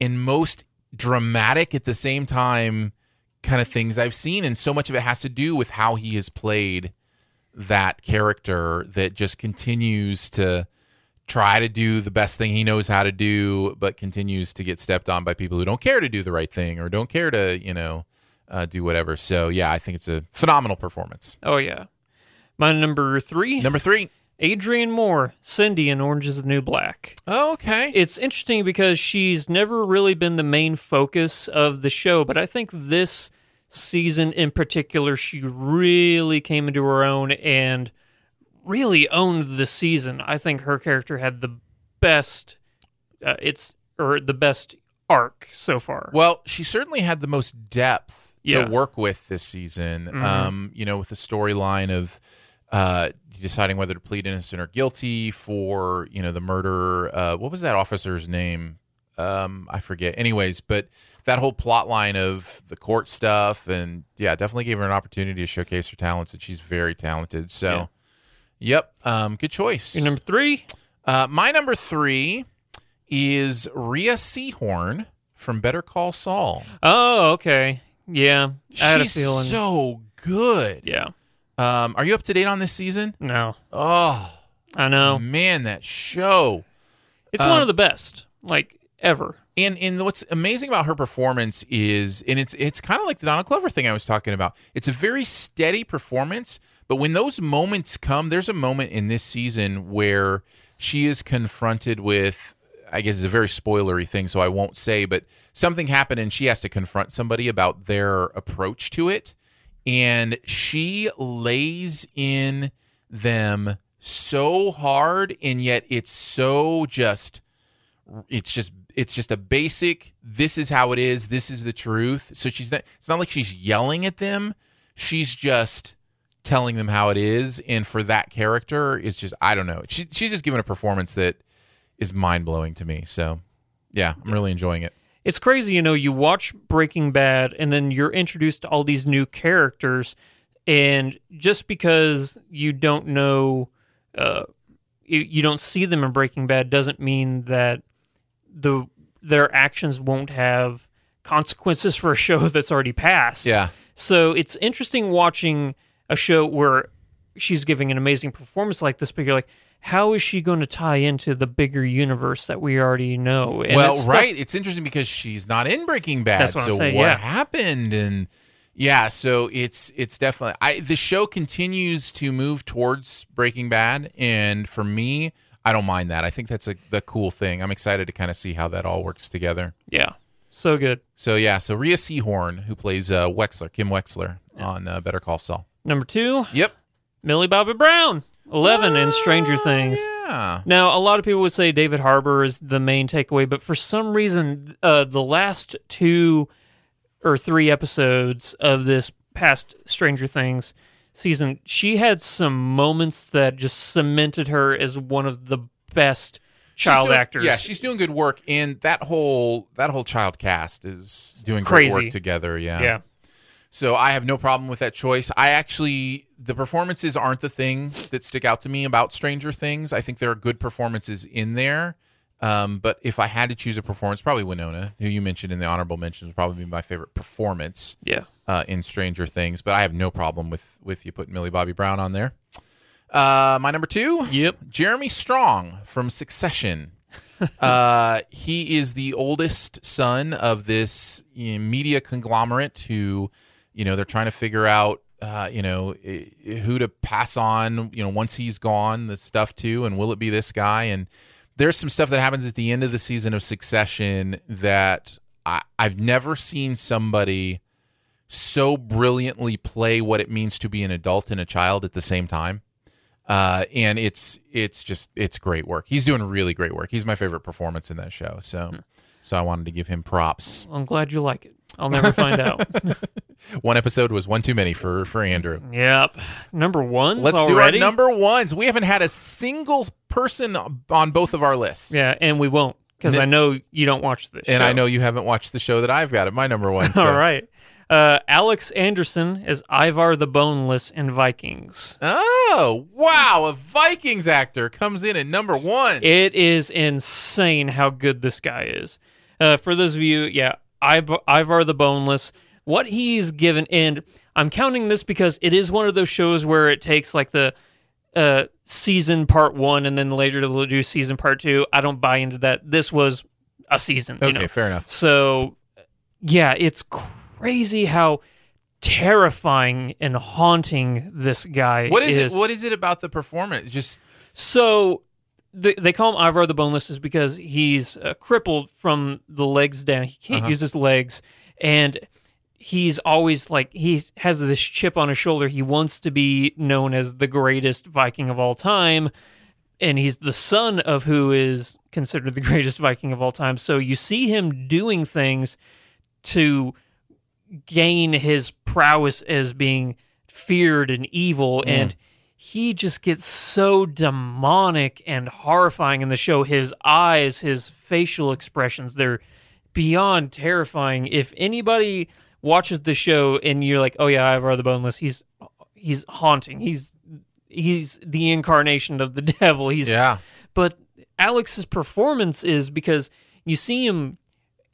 S4: and most dramatic at the same time kind of things I've seen. And so much of it has to do with how he has played that character that just continues to try to do the best thing he knows how to do, but continues to get stepped on by people who don't care to do the right thing or don't care to, you know, uh, do whatever. So, yeah, I think it's a phenomenal performance.
S3: Oh yeah, my number three.
S4: Number three.
S3: Adrian Moore, Cindy in Orange is the New Black.
S4: Oh, okay.
S3: It's interesting because she's never really been the main focus of the show, but I think this season in particular, she really came into her own and really owned the season. I think her character had the best, uh, it's or the best arc so far.
S4: Well, she certainly had the most depth
S3: Yeah. Mm-hmm.
S4: to work with this season. Um, you know, with the storyline of uh, deciding whether to plead innocent or guilty for you know the murder. Uh, what was that officer's name? Um, I forget. Anyways, but that whole plot line of the court stuff and yeah, definitely gave her an opportunity to showcase her talents, and she's very talented. So.
S3: Yeah.
S4: Yep. Um, good choice.
S3: Your number three,
S4: Uh, my number three is Rhea Seahorn from Better Call Saul.
S3: oh okay, yeah, I had a
S4: She's
S3: feeling.
S4: so good.
S3: yeah,
S4: Um, are you up to date on this season?
S3: no,
S4: Oh
S3: I know
S4: man, that show.
S3: it's
S4: Um,
S3: one of the best like ever.
S4: And and what's amazing about her performance is, and it's it's kind of like the Donald Glover thing I was talking about. It's a very steady performance, but when those moments come, there's a moment in this season where she is confronted with I guess it's a very spoilery thing, so I won't say, but something happened and she has to confront somebody about their approach to it. And she lays in them so hard, and yet it's so just, it's just, it's just a basic, this is how it is, this is the truth. So she's not, it's not like she's yelling at them. She's just, telling them how it is and for that character is just i don't know she, she's just giving a performance that is mind-blowing to me so yeah i'm really enjoying it
S3: It's crazy, you know, you watch Breaking Bad and then you're introduced to all these new characters and just because you don't know uh you, you don't see them in Breaking Bad doesn't mean that the their actions won't have consequences for a show <laughs> that's already passed.
S4: yeah
S3: So it's interesting watching a show where she's giving an amazing performance like this, but you're like, how is she going to tie into the bigger universe that we already know? And
S4: well
S3: it's stuff-
S4: right it's interesting because she's not in breaking bad
S3: That's what I'm
S4: so
S3: saying,
S4: what
S3: yeah.
S4: happened and yeah so it's it's definitely i the show continues to move towards breaking bad and for me i don't mind that i think that's a the cool thing i'm excited to kind of see how that all works together
S3: Yeah. So good.
S4: So yeah, so Rhea Seahorn, who plays uh, Wexler, Kim Wexler on uh, Better Call Saul.
S3: Number two,
S4: Yep.
S3: Millie Bobby Brown, 11 in Stranger Things.
S4: Oh, Yeah.
S3: Now, a lot of people would say David Harbour is the main takeaway, but for some reason, uh, the last two or three episodes of this past Stranger Things season, she had some moments that just cemented her as one of the best
S4: She's
S3: child
S4: doing-
S3: actors.
S4: Yeah, she's doing good work, and that whole that whole child cast is doing great
S3: Crazy.
S4: work together. Yeah.
S3: yeah.
S4: So I have no problem with that choice. I actually the performances aren't the thing that stick out to me about Stranger Things. I think there are good performances in there. Um, but if I had to choose a performance, probably Winona, who you mentioned in the honorable mentions, would probably be my favorite performance.
S3: Yeah.
S4: uh, in Stranger Things, but I have no problem with with you putting Millie Bobby Brown on there. Uh, my number two,
S3: Yep.
S4: Jeremy Strong from Succession. uh, he is the oldest son of this you know, media conglomerate who, you know, they're trying to figure out, uh, you know, i- who to pass on, you know, once he's gone, the stuff to, and will it be this guy? And there's some stuff that happens at the end of the season of Succession that I, I've never seen somebody so brilliantly play what it means to be an adult and a child at the same time. Uh, and it's it's just it's great work. He's doing really great work. He's my favorite performance in that show. So so I wanted to give him props.
S3: I'm glad you like it. I'll never find
S4: <laughs>
S3: out.
S4: One episode was one too many for for Andrew.
S3: Yep. Number one.
S4: Let's
S3: already?
S4: do our number ones. We haven't had a single person on both of our lists.
S3: Yeah, and we won't because
S4: N-
S3: I know you don't watch this.
S4: And I
S3: show. <laughs>
S4: know you haven't watched the show that I've got at my number one. So.
S3: All right. Uh, Alex Anderson as Ivar the Boneless in Vikings.
S4: Oh wow! A Vikings actor comes in at number one.
S3: It is insane how good this guy is. Uh, for those of you, yeah, Iv- Ivar the Boneless, what he's given, and I'm counting this because it is one of those shows where it takes like the uh, season part one and then later they'll do season part two. I don't buy into that. This was a season.
S4: okay,
S3: you know?
S4: fair enough.
S3: So, yeah, it's crazy how terrifying and haunting this guy
S4: What is
S3: is.
S4: it? What is it about the performance? Just
S3: So, they, they call him Ivar the Boneless is because he's uh, crippled from the legs down. He can't use his legs, and he's always like he has this chip on his shoulder. He wants to be known as the greatest Viking of all time, and he's the son of who is considered the <laughs> greatest Viking of all time. So you see him doing things to gain his prowess as being feared and evil and he just gets so demonic and horrifying in the show his eyes his facial expressions they're beyond terrifying if anybody watches the show and you're like oh yeah Ivar the Boneless he's he's haunting he's he's the incarnation of the <laughs> devil he's
S4: yeah.
S3: but Alex's performance is because you see him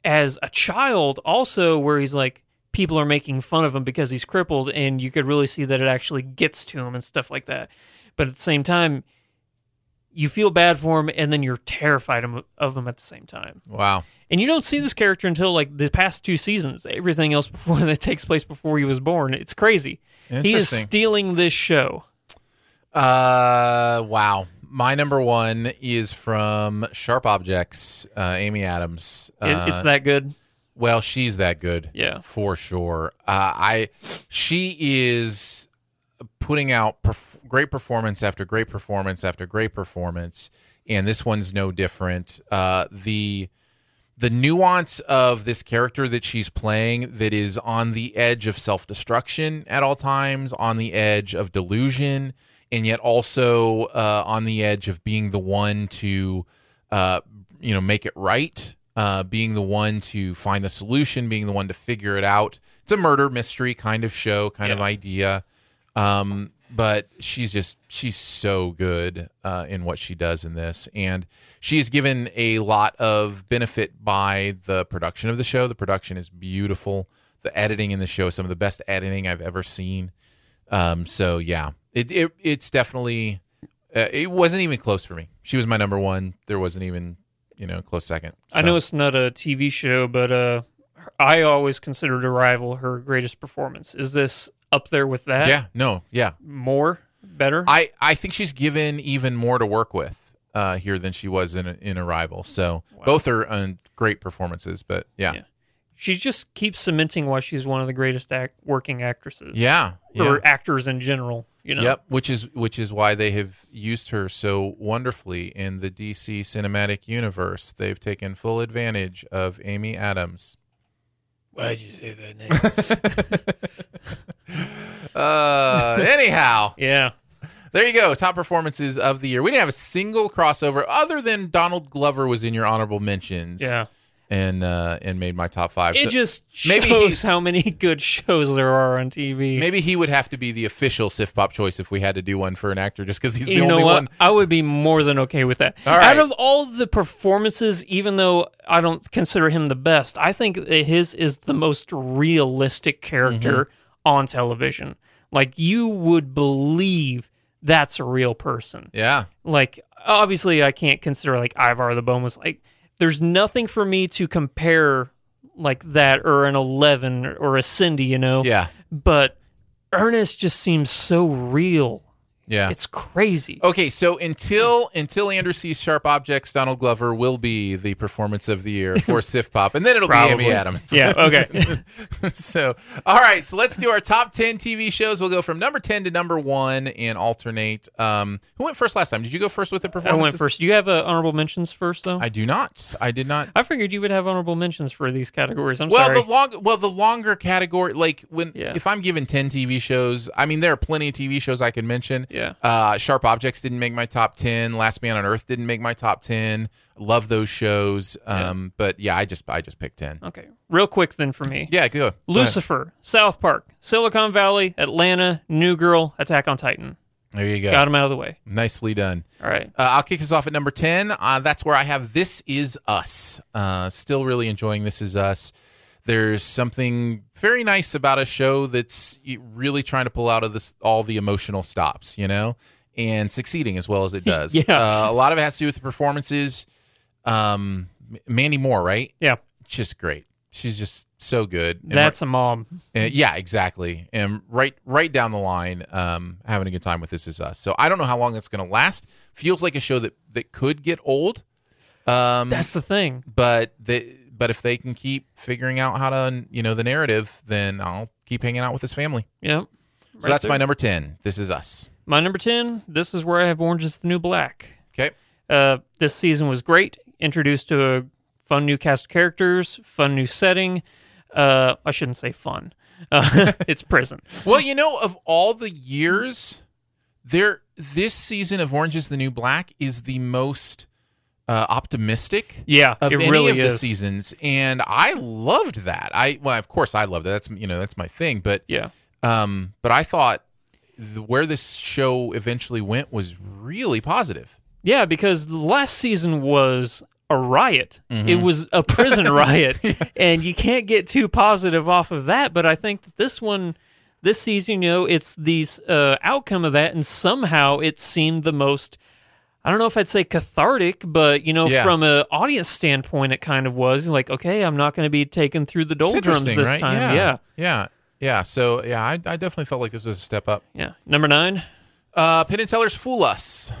S3: as a child also where he's like people are making fun of him because he's crippled and you could really see that it actually gets to him and stuff like that. But at the same time you feel bad for him and then you're terrified him- of him at the same time.
S4: Wow.
S3: And you don't see this character until like the past two seasons. Everything else before <laughs> that takes place before he was born. It's crazy. He is
S4: Interesting.
S3: stealing this show.
S4: Uh, wow. My number one is from Sharp Objects, uh, Amy Adams. Uh,
S3: It- it's that good.
S4: Well, she's that good.
S3: Yeah.
S4: for sure. Uh, I she is putting out perf- great performance after great performance after great performance, and this one's no different. Uh, the the nuance of this character that she's playing that is on the edge of self destruction at all times, on the edge of delusion, and yet also uh, on the edge of being the one to, uh, you know, make it right, uh, being the one to find the solution, being the one to figure it out. It's a murder mystery kind of show, kind of
S3: Yeah.
S4: idea. Um, but she's just she's so good uh, in what she does in this, and she's given a lot of benefit by the production of the show. The production is beautiful. The editing in the show, is some of the best editing I've ever seen. Um, so yeah, it, it it's definitely uh, it wasn't even close for me. She was my number one. There wasn't even you know close second.
S3: I know
S4: So-
S3: it's not a TV show, but uh, I always considered Arrival her greatest performance. Is this up there with that?
S4: yeah, no, yeah.
S3: More? Better?
S4: I, I think she's given even more to work with uh, here than she was in in Arrival. So both are um, great performances, but yeah,
S3: Yeah.
S4: yeah,
S3: she just keeps cementing why she's one of the greatest act- working actresses.
S4: yeah.
S3: Or actors in general, you know?
S4: Yep, which is which is why they have used her so wonderfully in the DC cinematic universe. They've taken full advantage of Amy Adams.
S3: Why'd you say that name?
S4: <laughs> Uh, anyhow,
S3: yeah.
S4: there you go. Top performances of the year. We didn't have a single crossover other than Donald Glover was in your honorable mentions.
S3: Yeah.
S4: and uh, and made my top five.
S3: It
S4: So-
S3: just
S4: maybe
S3: shows
S4: he's-
S3: how many <laughs> good shows there are on TV.
S4: Maybe he would have to be the official Sif Pop choice if we had to do one for an actor, just because he's the
S3: you know
S4: only
S3: what?
S4: one.
S3: I would be more than okay with that.
S4: All right.
S3: Out of all the performances, even though I don't consider him the best, I think that his is the most realistic character
S4: Mm-hmm.
S3: on television. Like you would believe that's a real person.
S4: Yeah,
S3: Like obviously, I can't consider like Ivar the Bone was like. There's nothing for me to compare like that or an Eleven or a Cindy, you know.
S4: yeah,
S3: But Ernest just seems so real.
S4: yeah.
S3: It's crazy.
S4: Okay, so until until Andrew sees sharp objects, Donald Glover will be the performance of the year
S3: <laughs>
S4: for Sif Pop, and then it'll be Amy Adams.
S3: Yeah, okay.
S4: <laughs> so, all right, so let's do our top ten TV shows. We'll go from number ten to number one and alternate. Um, who went first last time? Did you go first with the
S3: I
S4: performance?
S3: went first. Do you have uh, honorable mentions first, though?
S4: I
S3: I,
S4: do not. I did not.
S3: figured you would have honorable mentions for these categories. I'm
S4: well,
S3: sorry.
S4: the long well the longer category, like when
S3: Yeah.
S4: if I'm given ten TV shows, I mean there are plenty of TV shows I can mention.
S3: Yeah.
S4: Uh, Sharp Objects didn't make my top ten. Last Man on Earth didn't make my top ten. Love those shows. Um, but yeah, I just I just picked ten.
S3: okay, real quick then for me.
S4: Yeah, go. go ahead.
S3: Oh. Lucifer, South Park, Silicon Valley, Atlanta, New Girl, Attack on Titan.
S4: There you go.
S3: Got him out of the way.
S4: Nicely done.
S3: All right.
S4: Uh, I'll kick us off at number 10. Uh, that's where I have This Is Us. Uh, still really enjoying This Is Us. There's something very nice about a show that's really trying to pull out of this all the emotional stops, you know, and succeeding as well as it does.
S3: <laughs> Yeah.
S4: uh, a lot of it has to do with the performances. Um, M- Mandy Moore, right?
S3: Yeah,
S4: Just great. She's just so good. And
S3: that's um, a mom.
S4: uh, yeah, exactly. And right, right down the line, um, having a good time with This Is Us. So I don't know how long that's going to last. Feels like a show that that could get old. Um,
S3: That's the thing.
S4: but they, but if they can keep figuring out how to, you know, the narrative, then I'll keep hanging out with this family.
S3: Yeah.
S4: So that's my number ten. This Is Us.
S3: My number 10, this is where I have Orange is the New Black.
S4: Okay.
S3: Uh, this season was great. Introduced to a fun new cast of characters, fun new setting. Uh, I shouldn't say fun. <laughs> Uh, it's prison.
S4: Well, you know, of all the years, there this season of Orange Is the New Black is the most uh, optimistic.
S3: Yeah,
S4: of
S3: it
S4: any
S3: really
S4: of the
S3: is.
S4: seasons, and I loved that. I well, of course, I loved it. That's you know that's my thing. But
S3: Yeah.
S4: um, but I thought the, where this show eventually went was really positive.
S3: Yeah, because the last season was a riot. It
S4: Mm-hmm.
S3: was a
S4: <laughs>
S3: prison riot. And you can't get too positive off of that. But I think that this one, this season, you know, it's the uh, outcome of that. And somehow it seemed the most, I don't know if I'd say cathartic, but, you know,
S4: Yeah.
S3: from an audience standpoint, it kind of was like, okay, I'm not going to be taken through the
S4: It's
S3: doldrums
S4: interesting,
S3: this
S4: right?
S3: time.
S4: yeah, yeah, yeah. So yeah, I, I definitely felt like this was a step up.
S3: yeah. Yeah. Number nine.
S4: Uh, Penn and Teller's
S3: <sighs>
S4: Fool Us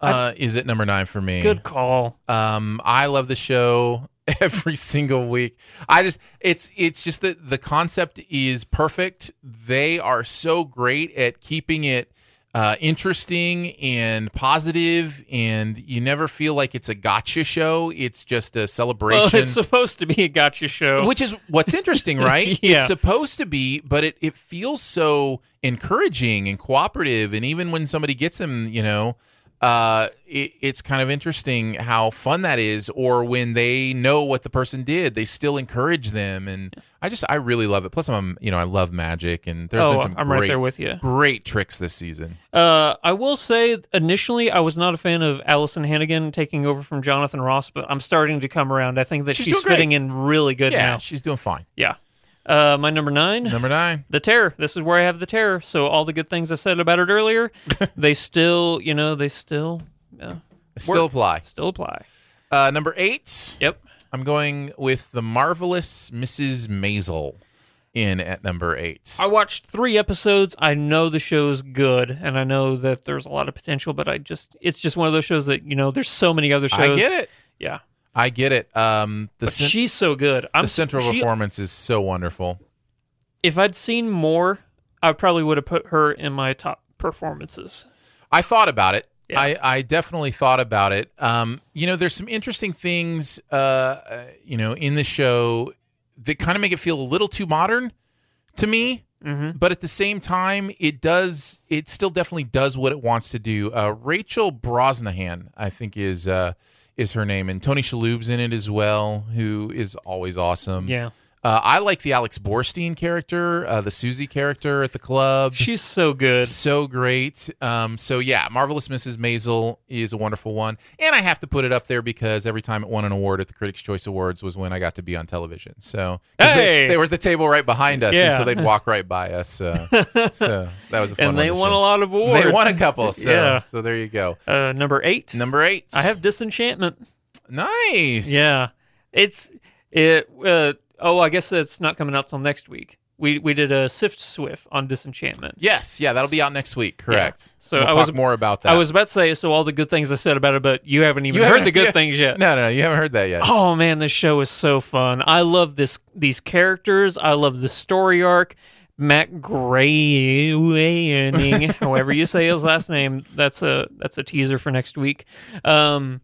S4: uh, is at number nine for me.
S3: Good call. <laughs>
S4: Um, I love the show <laughs> every single week. I just it's it's just that the concept is perfect. They are so great at keeping it uh, interesting and positive, and you never feel like it's a gotcha show. It's just a
S3: Well,
S4: celebration.
S3: Oh, it's supposed to be a gotcha show.
S4: which is
S3: <laughs>
S4: what's interesting, right?
S3: Yeah.
S4: It's supposed to be, but it, it feels so encouraging and cooperative. And even when somebody gets them, you know, uh, it, it's kind of interesting how fun that is. Or when they know what the person did, they still encourage them. And I just, I really love it. Plus, I'm, you know, I love magic, and there's
S3: oh,
S4: been some
S3: I'm
S4: great,
S3: right there with you.
S4: great tricks this season.
S3: Uh, I will say initially I was not a fan of Allison Hannigan taking over from Jonathan Ross, but I'm starting to come around. I think that
S4: She's
S3: she's,
S4: doing great.
S3: fitting in really good
S4: yeah,
S3: now.
S4: she's doing fine.
S3: Yeah. Uh, my number nine, <laughs>
S4: Number nine.
S3: the terror. This is where I have the terror. So all the good things I said about it <laughs> earlier, they still, you know, they still, uh,
S4: Still apply.
S3: still apply.
S4: Uh, number eight.
S3: Yep.
S4: I'm going with the marvelous Mrs. Maisel in at number eight.
S3: I watched three episodes. I know the show's good, and I know that there's a lot of potential, but I just, it's just one of those shows that you know, there's so many other
S4: I
S3: shows.
S4: get it.
S3: Yeah.
S4: I get it. Um, the,
S3: But
S4: cen-
S3: she's so good. I'm
S4: the central
S3: she-
S4: performance is so wonderful.
S3: if I'd seen more, I probably would have put her in my top performances.
S4: I thought about it.
S3: Yeah.
S4: I, I definitely thought about it. Um, you know, there's some interesting things, uh, uh, you know, in the show that kind of make it feel a little too modern to me.
S3: Mm-hmm.
S4: But at the same time, it does. It still definitely does what it wants to do. Uh, Rachel Brosnahan, I think, is uh, is her name, and Tony Shalhoub's in it as well, who is always awesome.
S3: Yeah.
S4: Uh, I like the Alex Borstein character, uh, the Susie character at the club.
S3: She's so good.
S4: So great. Um, so yeah, Marvelous Mrs. Maisel is a wonderful one, and I have to put it up there because every time it won an award at the Critics' Choice Awards was when I got to be on television. So 'cause they,
S3: Hey!
S4: they were at the table right behind us, and
S3: Yeah.
S4: so they'd walk right by
S3: <laughs>
S4: us. Uh, so that was a fun.
S3: And
S4: one
S3: they
S4: to
S3: won
S4: share.
S3: a lot of awards.
S4: They won a
S3: <laughs>
S4: couple. So
S3: Yeah.
S4: so there you go.
S3: Uh, number eight.
S4: Number eight.
S3: I have Disenchantment.
S4: nice.
S3: Yeah. It's it. Uh, oh, I guess that's not coming out till next week. We we did a Sift Swift on Disenchantment.
S4: Yes. Yeah. That'll be out next week. Correct.
S3: So
S4: we'll
S3: I
S4: talk
S3: was-
S4: more about that.
S3: I was about to say so all the good things I said about it, but you haven't even
S4: You
S3: heard
S4: haven't-
S3: the good
S4: <laughs> yeah.
S3: things yet.
S4: No, no, no, you haven't heard that yet.
S3: Oh man, this show is so fun. I love this these characters. I love the story arc. Matt
S4: <laughs>
S3: Groening, however you say his last name, that's a that's a teaser for next week. Um,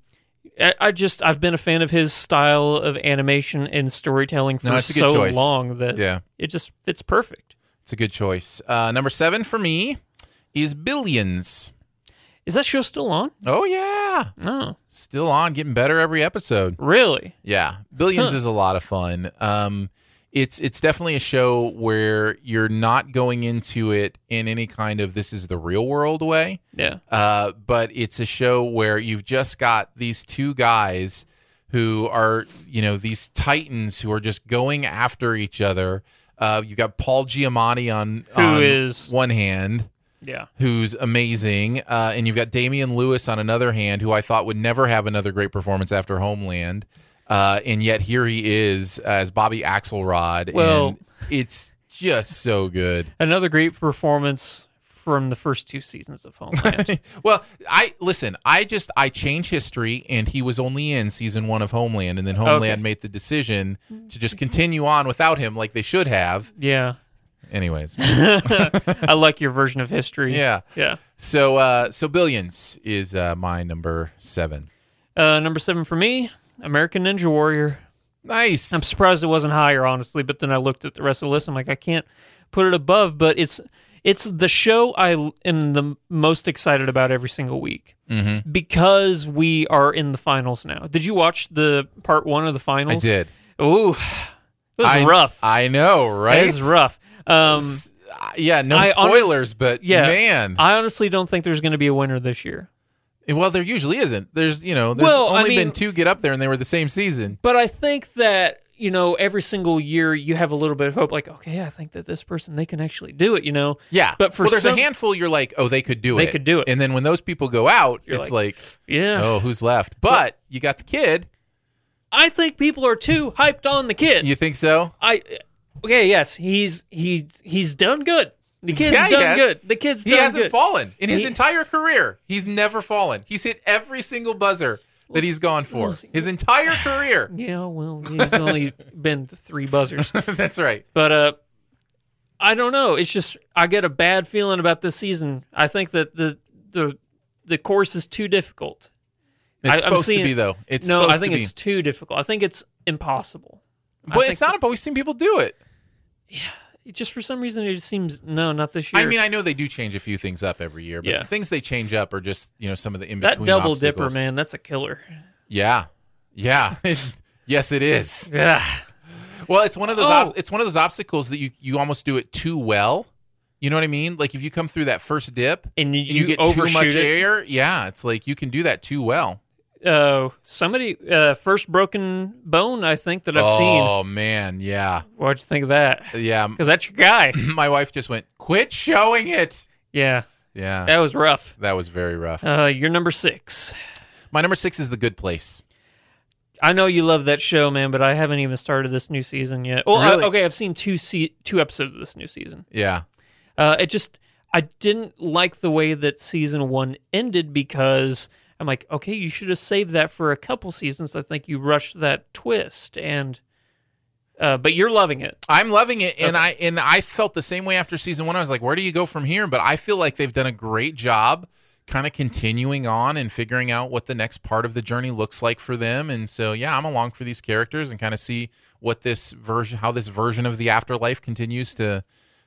S3: I, I just I've been a fan of his style of animation and storytelling for
S4: No, it's a good
S3: so
S4: choice.
S3: long that
S4: Yeah.
S3: it just fits perfect.
S4: It's a good choice. Uh, number seven for me is Billions.
S3: Is that show still on?
S4: Oh yeah,
S3: No,
S4: still on, getting better every episode.
S3: really.
S4: Yeah, Billions
S3: Huh.
S4: is a lot of fun. Um, it's it's definitely a show where you're not going into it in any kind of this is the real world way.
S3: Yeah,
S4: Uh, but it's a show where you've just got these two guys who are, you know, these titans who are just going after each other. Uh, you got Paul Giamatti on,
S3: Who
S4: on
S3: is-
S4: one hand,
S3: yeah.
S4: who's amazing, uh, and you've got Damian Lewis on another hand, who I thought would never have another great performance after Homeland, uh, and yet here he is as Bobby Axelrod.
S3: Well-
S4: and it's just so good. <laughs>
S3: Another great performance from the first two seasons of Homeland.
S4: <laughs> well, I listen. I just I change history, and he was only in season one of Homeland, and then Homeland
S3: Okay.
S4: made the decision to just continue on without him, like they should have.
S3: yeah. <laughs>
S4: Anyways,
S3: I like your version of history.
S4: yeah.
S3: Yeah.
S4: So uh, so billions is uh, my number seven.
S3: Uh, number seven for me, American Ninja Warrior.
S4: Nice.
S3: I'm surprised it wasn't higher, honestly. But then I looked at the rest of the list. I'm like, I can't put it above. But it's it's the show I l- am the most excited about every single week
S4: Mm-hmm.
S3: because we are in the finals now. Did you watch the part one of the
S4: I
S3: finals?
S4: did.
S3: Ooh, <sighs> it was
S4: I,
S3: rough.
S4: I know, right?
S3: It was rough. Um,
S4: Yeah, no
S3: I honest-
S4: spoilers, but
S3: yeah,
S4: man,
S3: I honestly don't think there's going to be a winner this year.
S4: well, there usually isn't. There's you know, there's
S3: Well, I
S4: only been
S3: mean-
S4: two get up there, and they were the same season.
S3: But I think that you know every single year you have a little bit of hope. Like, okay, I think that this person they can actually do it. You know.
S4: Yeah,
S3: But for
S4: well, there's
S3: some-
S4: a handful, you're like, oh, they could do
S3: They
S4: it.
S3: could do it.
S4: And then when those people go out,
S3: You're
S4: it's like,
S3: like, Yeah.
S4: oh, who's left? But you got the kid.
S3: I think people are too hyped on the kid.
S4: You think so?
S3: I okay, yes, he's he's he's done good. The kid's
S4: Yeah, he
S3: done
S4: has.
S3: good. The kid's
S4: He
S3: done
S4: hasn't
S3: good.
S4: fallen in his
S3: He-
S4: entire career. He's never fallen. He's hit every single buzzer that he's gone for his entire
S3: <sighs>
S4: career. <laughs>
S3: Yeah, well, he's only <laughs> been to three buzzers.
S4: That's right.
S3: But uh, I don't know. It's just I get a bad feeling about this season. I think that the the the course is too difficult.
S4: It's
S3: I- I'm
S4: supposed
S3: seeing-
S4: to be though. It's
S3: no,
S4: supposed
S3: I think
S4: to be.
S3: it's too difficult. I think it's impossible. I
S4: but
S3: think
S4: it's not. But we've seen people do it.
S3: It just for some reason it just seems no, not this year.
S4: I mean, I know they do change a few things up every year, but
S3: Yeah.
S4: the things they change up are just you know some of the in
S3: that
S4: between.
S3: double dipper, man, that's a killer.
S4: Yeah, yeah. <laughs> yes, it is.
S3: Yeah,
S4: Well, it's one of those.
S3: Oh.
S4: ob- it's one of those obstacles that you you almost do it too well. You know what I mean? Like if you come through that first dip
S3: and you,
S4: and you, get too
S3: overshoot
S4: much
S3: it.
S4: air, yeah, it's like you can do that too well.
S3: Uh, somebody uh, first broken bone, I think that I've seen.
S4: Oh Uh, man, yeah,
S3: What'd you think of that?
S4: yeah.
S3: Because that's your guy.
S4: <clears throat> My wife just went, "Quit showing it."
S3: yeah,
S4: Yeah,
S3: that was rough.
S4: that was very rough.
S3: Uh, you're number six.
S4: My number six is the Good Place.
S3: I know you love that show, man, but I haven't even started this new season yet. Well, I-
S4: Really?
S3: okay, I've seen two se- two episodes of this new season.
S4: Yeah,
S3: Uh, it just I didn't like the way that season one ended because I'm like, okay, you should have saved that for a couple seasons. I think you rushed that twist, and uh, but you're loving it.
S4: I'm loving it, and I and I felt the same way after season one. I was like, "Where do you go from here?" But I feel like they've done a great job, kind of continuing on and figuring out what the next part of the journey looks like for them. And so, yeah, I'm along for these characters and kind of see what this version, how this version of the afterlife continues to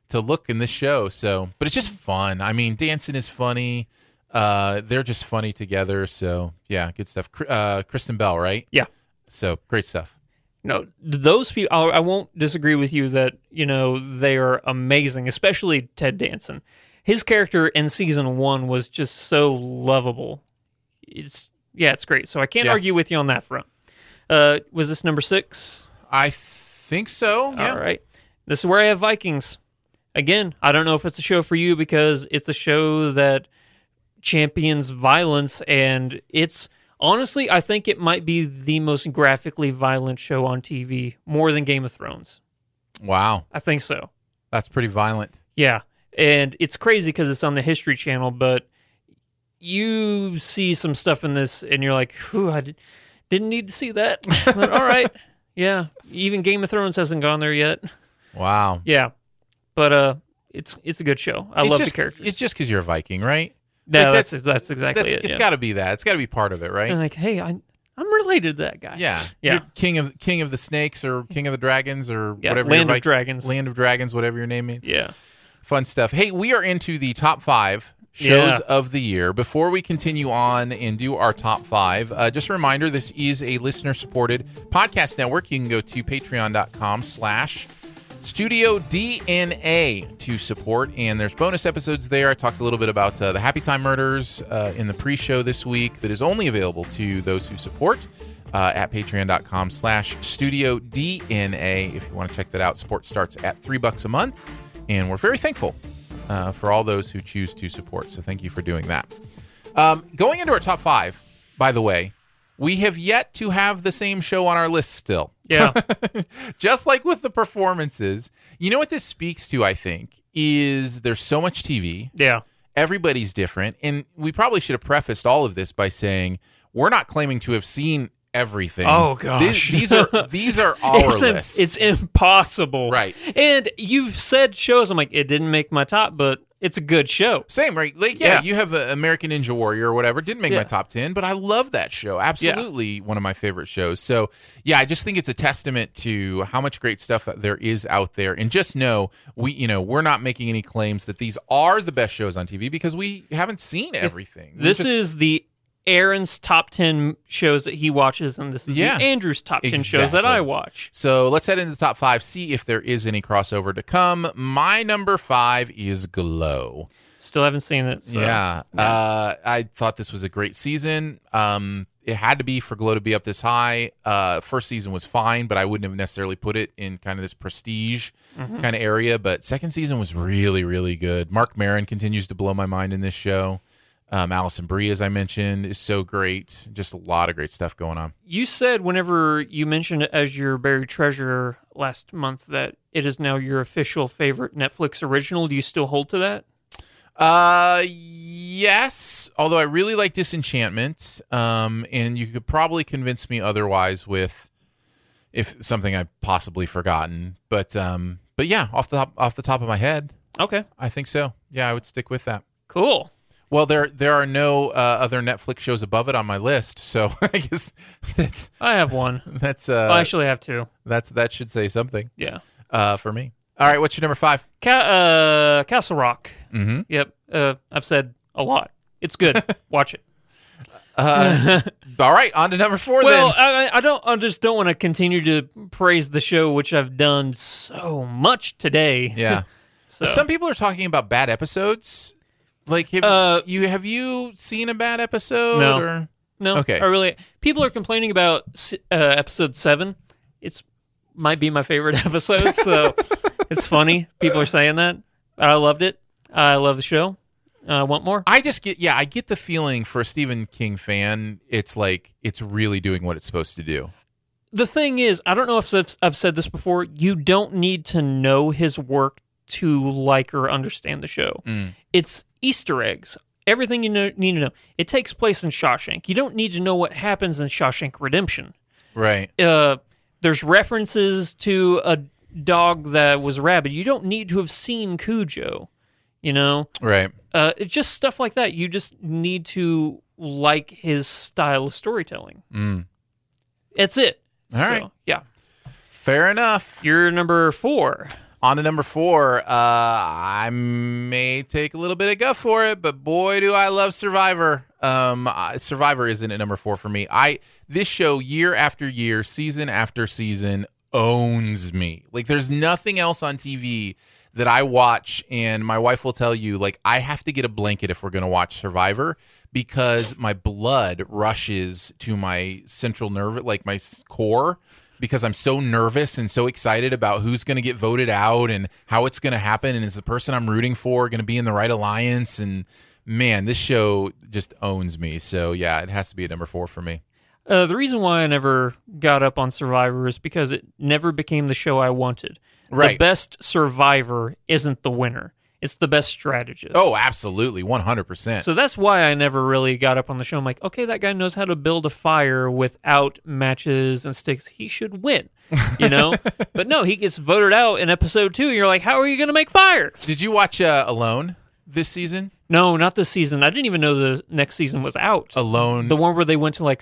S4: to look in this show. So, but it's just fun. I mean, dancing is funny. Uh, they're just funny together. So, yeah, good stuff. Cr- Uh, Kristen Bell, right?
S3: Yeah.
S4: So great stuff.
S3: No, those people. I I won't disagree with you that you know they are amazing, especially Ted Danson. His character in season one was just so lovable. It's yeah, it's great. So I can't
S4: Yeah.
S3: argue with you on that front. Uh, was this number six?
S4: I think so. Yeah.
S3: All right. This is where I have Vikings. Again, I don't know if it's a show for you because it's a show that champions violence and it's honestly I think it might be the most graphically violent show on TV more than Game of Thrones.
S4: Wow.
S3: I think so.
S4: That's pretty violent.
S3: Yeah. And it's crazy cuz it's on the History Channel but you see some stuff in this and you're like, "Whew, I did, didn't need to see that." but all right. Yeah, even Game of Thrones hasn't gone there yet.
S4: Wow.
S3: Yeah, but uh, it's it's a good show. I
S4: It's
S3: love
S4: just,
S3: the characters.
S4: It's just because you're a Viking, right?
S3: no,
S4: like,
S3: that's
S4: that's-
S3: that's, exactly
S4: That's,
S3: it.
S4: it's
S3: yeah.
S4: got to be that. It's got to be part of it, right?
S3: And like, hey, I I'm related to that guy.
S4: yeah.
S3: yeah.
S4: You're king of king of the snakes or king of the dragons or
S3: Yeah,
S4: whatever.
S3: Land
S4: your
S3: of Dragons.
S4: Land of dragons, whatever your name means.
S3: yeah.
S4: Fun stuff. Hey, we are into the top five shows
S3: Yeah.
S4: of the year. Before we continue on and do our top five, uh, just a reminder: this is a listener-supported podcast network. You can go to Patreon.com/slash Studio DNA to support, and there's bonus episodes there. I talked a little bit about uh, the Happy Time murders uh, in the pre-show this week that is only available to those who support uh, at patreon.com slash studio DNA. If you want to check that out, support starts at three bucks a month, and we're very thankful uh, for all those who choose to support. So thank you for doing that. Um, going into our top five, by the way, we have yet to have the same show on our list still <laughs>
S3: Yeah.
S4: just like with the performances. You know what this speaks to, I think, is there's so much TV,
S3: yeah.
S4: everybody's different. And we probably should have prefaced all of this by saying we're not claiming to have seen everything.
S3: Oh,
S4: Thi-
S3: gosh.
S4: These, are these are
S3: <laughs>
S4: our
S3: it's, im-
S4: lists.
S3: it's impossible.
S4: Right.
S3: And you've said shows. I'm like, it didn't make my top, but it's a good show.
S4: same, right? Like, yeah,
S3: Yeah.
S4: you have uh, American Ninja Warrior or whatever. Didn't make my
S3: Yeah.
S4: top 10, but I love that show. Absolutely one of my favorite shows. So, yeah, I just think it's a testament to how much great stuff there is out there. And just know, we, you know, we're not making any claims that these are the best shows on TV because we haven't seen everything. We
S3: This
S4: just-
S3: is the Aaron's top ten shows that he watches, and this is
S4: Yeah.
S3: the Andrew's top ten shows that I
S4: Exactly.
S3: watch.
S4: So let's head into the top five, see if there is any crossover to come. My number five is Glow.
S3: Still haven't seen it. So.
S4: yeah. Uh, I thought this was a great season. Um, it had to be for Glow to be up this high. Uh, first season was fine, but I wouldn't have necessarily put it in kind of this prestige kind of area. But second season was really, really good. Mark Marin continues to blow my mind in this show. Um, Allison Brie, as I mentioned, is so great. Just a lot of great stuff going on.
S3: you said whenever you mentioned it as your buried treasure last month that it is now your official favorite Netflix original. Do you still hold to that?
S4: Uh, yes. Although I really like Disenchantment, um, and you could probably convince me otherwise with if something I've possibly forgotten. But um, but yeah, off the top, off the top of my head,
S3: Okay,
S4: I think so. Yeah, I would stick with that.
S3: cool.
S4: Well, there there are no uh, other Netflix shows above it on my list, so <laughs> I guess that's
S3: I have
S4: <laughs>
S3: one.
S4: that's
S3: I
S4: uh,
S3: actually have two.
S4: that's that should say something
S3: Yeah.
S4: uh, for me. All right, what's your number five?
S3: Ca- uh, Castle Rock.
S4: Mm-hmm.
S3: Yep. Uh, I've said a lot. It's
S4: <laughs>
S3: good. Watch it.
S4: All right, on to number four
S3: Well,
S4: then.
S3: I, I don't. I just don't want to continue to praise the show, which I've done so much today.
S4: Yeah.
S3: So,
S4: Some people are talking about bad episodes. Like have
S3: Uh,
S4: you have you seen a bad episode?
S3: No.
S4: Or?
S3: no.
S4: okay.
S3: I really. People are complaining about s- uh, episode seven. It's might be my favorite <laughs> episode. So it's funny. People are saying that. I loved it. I love the show. I want more.
S4: I just get yeah, I get the feeling for a Stephen King fan, it's like it's really doing what it's supposed to do.
S3: the thing is, I don't know if I've, I've said this before. You don't need to know his work to like or understand the show. It's Easter eggs. Everything you know, need to know. It takes place in Shawshank. You don't need to know what happens in Shawshank Redemption.
S4: Right.
S3: Uh, there's references to a dog that was rabid. You don't need to have seen Cujo. You know,
S4: Right.
S3: uh, it's just stuff like that. You just need to like his style of storytelling. That's it.
S4: Mm. All
S3: So,
S4: right.
S3: Yeah.
S4: Fair enough.
S3: You're number four.
S4: On to number four. Uh, I may take a little bit of guff for it, but boy, do I love Survivor. Um, I- Survivor isn't at number four for me. I this show year after year, season after season owns me. Like there's nothing else on TV that I watch, and my wife will tell you like I have to get a blanket if we're gonna watch Survivor because my blood rushes to my central nerve, like my s- core because I'm so nervous and so excited about who's going to get voted out and how it's going to happen. And is the person I'm rooting for going to be in the right alliance? And man, this show just owns me. So yeah, it has to be at number four for me.
S3: Uh, the reason why I never got up on Survivor is because it never became the show I wanted. The
S4: Right.
S3: best Survivor isn't the winner; it's the best strategist.
S4: Oh, absolutely. 100%.
S3: so that's why I never really got up on the show. I'm like, okay, that guy knows how to build a fire without matches and sticks. He should win, you
S4: <laughs>
S3: know. but no, he gets voted out in episode two. And you're like, how are you going to make fire?
S4: Did you watch uh, Alone this season?
S3: No, not this season. I didn't even know the next season was out.
S4: Alone.
S3: the one where they went to like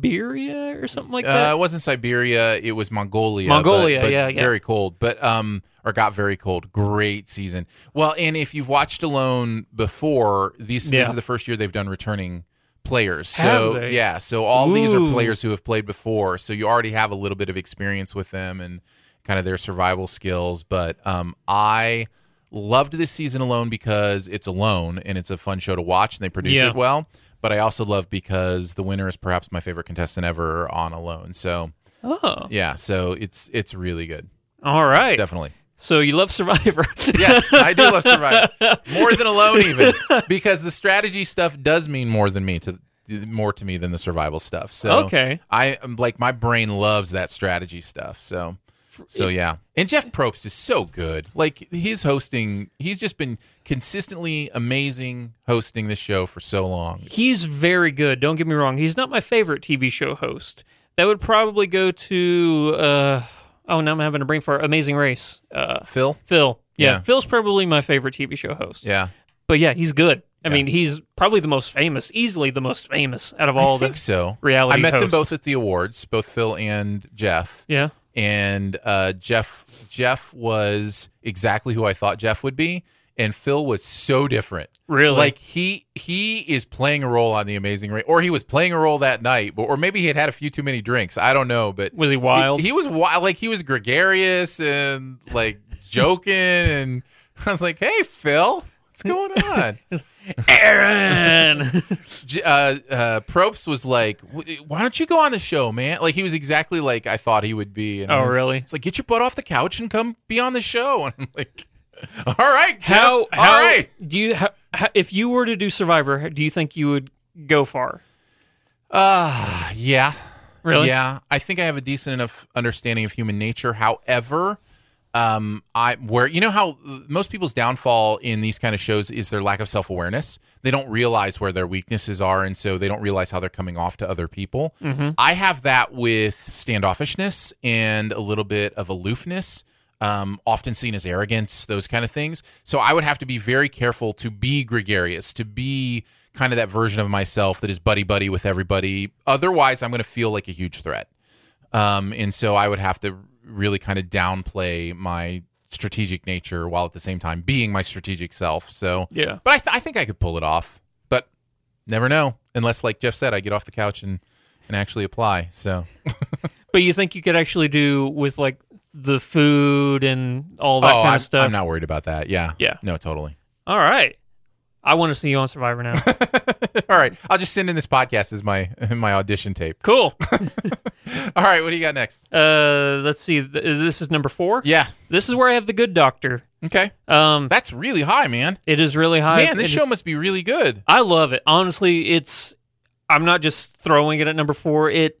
S3: Siberia or something like that.
S4: Uh, it wasn't Siberia. It was Mongolia.
S3: Mongolia,
S4: but, but
S3: yeah, yeah.
S4: very cold. But um, or got very cold. Great season. Well, and if you've watched Alone before, these
S3: Yeah.
S4: this is the first year they've done returning players.
S3: Have
S4: So
S3: they?
S4: yeah, so all these are
S3: Ooh.
S4: players who have played before. So you already have a little bit of experience with them and kind of their survival skills. But um, I loved this season alone because it's alone and it's a fun show to watch and they produce
S3: Yeah.
S4: it well. But I also love because the winner is perhaps my favorite contestant ever on Alone. So
S3: Oh,
S4: yeah, so it's it's really good,
S3: all right.
S4: definitely.
S3: So you love Survivor. <laughs>
S4: Yes, I do love Survivor more than Alone even because the strategy stuff does mean more than me to more to me than the survival stuff. So
S3: Okay.
S4: I am like my brain loves that strategy stuff. So so yeah, and Jeff Probst is so good. Like he's hosting, he's just been consistently amazing hosting this show for so long.
S3: He's very good. Don't get me wrong. He's not my favorite TV show host. That would probably go to, uh, oh, now I'm having a brain fart. Amazing Race. Uh,
S4: Phil,
S3: Phil. Yeah,
S4: Yeah.
S3: Phil's probably my favorite TV show host.
S4: yeah,
S3: But yeah, he's good. I
S4: Yeah.
S3: mean, he's probably the most famous, easily the most famous out of
S4: I
S3: all the.
S4: think so.
S3: reality
S4: I met them
S3: hosts.
S4: both at the awards, both Phil and Jeff. <laughs>
S3: Yeah.
S4: and uh, Jeff Jeff was exactly who I thought Jeff would be, and Phil was so different.
S3: Really?
S4: like he he is playing a role on The Amazing Race, or he was playing a role that night, but or maybe he had had a few too many drinks. I don't know, but
S3: Was he wild?
S4: He, he was wild, like he was gregarious and like joking, and <laughs> I was like, "Hey, Phil, what's going on?" <laughs>
S3: Aaron!
S4: J- uh, uh, Probst was like, "W- "Why don't you go on the show, man?" Like he was exactly like I thought he would be. And I
S3: Oh,
S4: was-
S3: really?
S4: It's like get your butt off the couch and come be on the show. <laughs> And I'm like, "All right,
S3: <laughs>
S4: Jeff,
S3: how, how,
S4: all
S3: <laughs>
S4: right."
S3: do you, how, how, if you were to do Survivor, do you think you would go far?
S4: Uh, yeah,
S3: Really?
S4: Yeah, I think I have a decent enough understanding of human nature. However, um, I where you know how uh, most people's downfall in these kind of shows is their lack of self awareness. They don't realize where their weaknesses are, and so they don't realize how they're coming off to other people. I have that with standoffishness and a little bit of aloofness. Um, often seen as arrogance, those kind of things. So I would have to be very careful to be gregarious, to be kind of that version of myself that is buddy buddy with everybody. Otherwise, I'm going to feel like a huge threat. Um, and so I would have to really kind of downplay my strategic nature while at the same time being my strategic self. So,
S3: Yeah.
S4: But I, th- I think I could pull it off, but never know unless, like Jeff said, I get off the couch and, and actually apply. So,
S3: But you think you could actually do with like the food and all that
S4: oh,
S3: kind
S4: I'm,
S3: of stuff?
S4: I'm not worried about that. Yeah.
S3: Yeah.
S4: No, totally. <laughs>
S3: All right. I want to see you on Survivor now.
S4: All right. I'll just send in this podcast as my <laughs> my audition tape.
S3: cool.
S4: All right. What do you got next?
S3: Uh, let's see. Th- This is number four.
S4: Yeah.
S3: This is where I have the good doctor. <laughs>
S4: Okay.
S3: Um,
S4: That's really high, man.
S3: it is really high.
S4: Man, this
S3: It
S4: show
S3: is-
S4: must be really good.
S3: I love it. Honestly, it's. I'm not just throwing it at number four. It.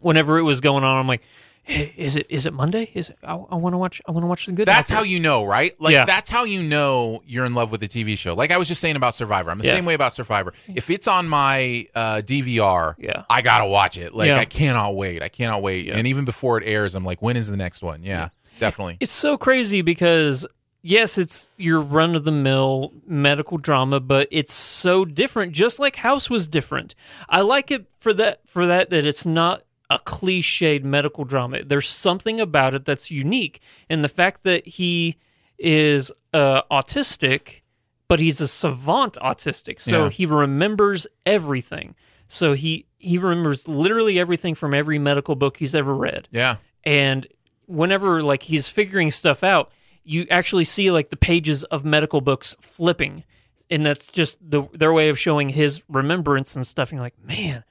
S3: Whenever it was going on, I'm like, "Hey, is it is it Monday? Is it, I, I want to watch. I want to watch the good.
S4: That's
S3: Doctor."
S4: how you know, right? Like
S3: Yeah.
S4: that's how you know you're in love with a TV show. Like I was just saying about Survivor. I'm the
S3: Yeah.
S4: same way about Survivor. If it's on my uh, DVR,
S3: Yeah.
S4: I gotta watch it. Like
S3: Yeah.
S4: I cannot wait. I cannot wait. And even before it airs, I'm like, when is the next one? Yeah, definitely.
S3: It's so crazy because yes, it's your run of the mill medical drama, but it's so different. Just like House was different. I like it for that for that that it's not a cliched medical drama. There's something about it that's unique, and the fact that he is uh, autistic, but he's a savant autistic, so
S4: Yeah.
S3: he remembers everything. So he he remembers literally everything from every medical book he's ever read
S4: Yeah.
S3: and whenever like he's figuring stuff out you actually see like the pages of medical books flipping and that's just the, their way of showing his remembrance and stuff and you're like man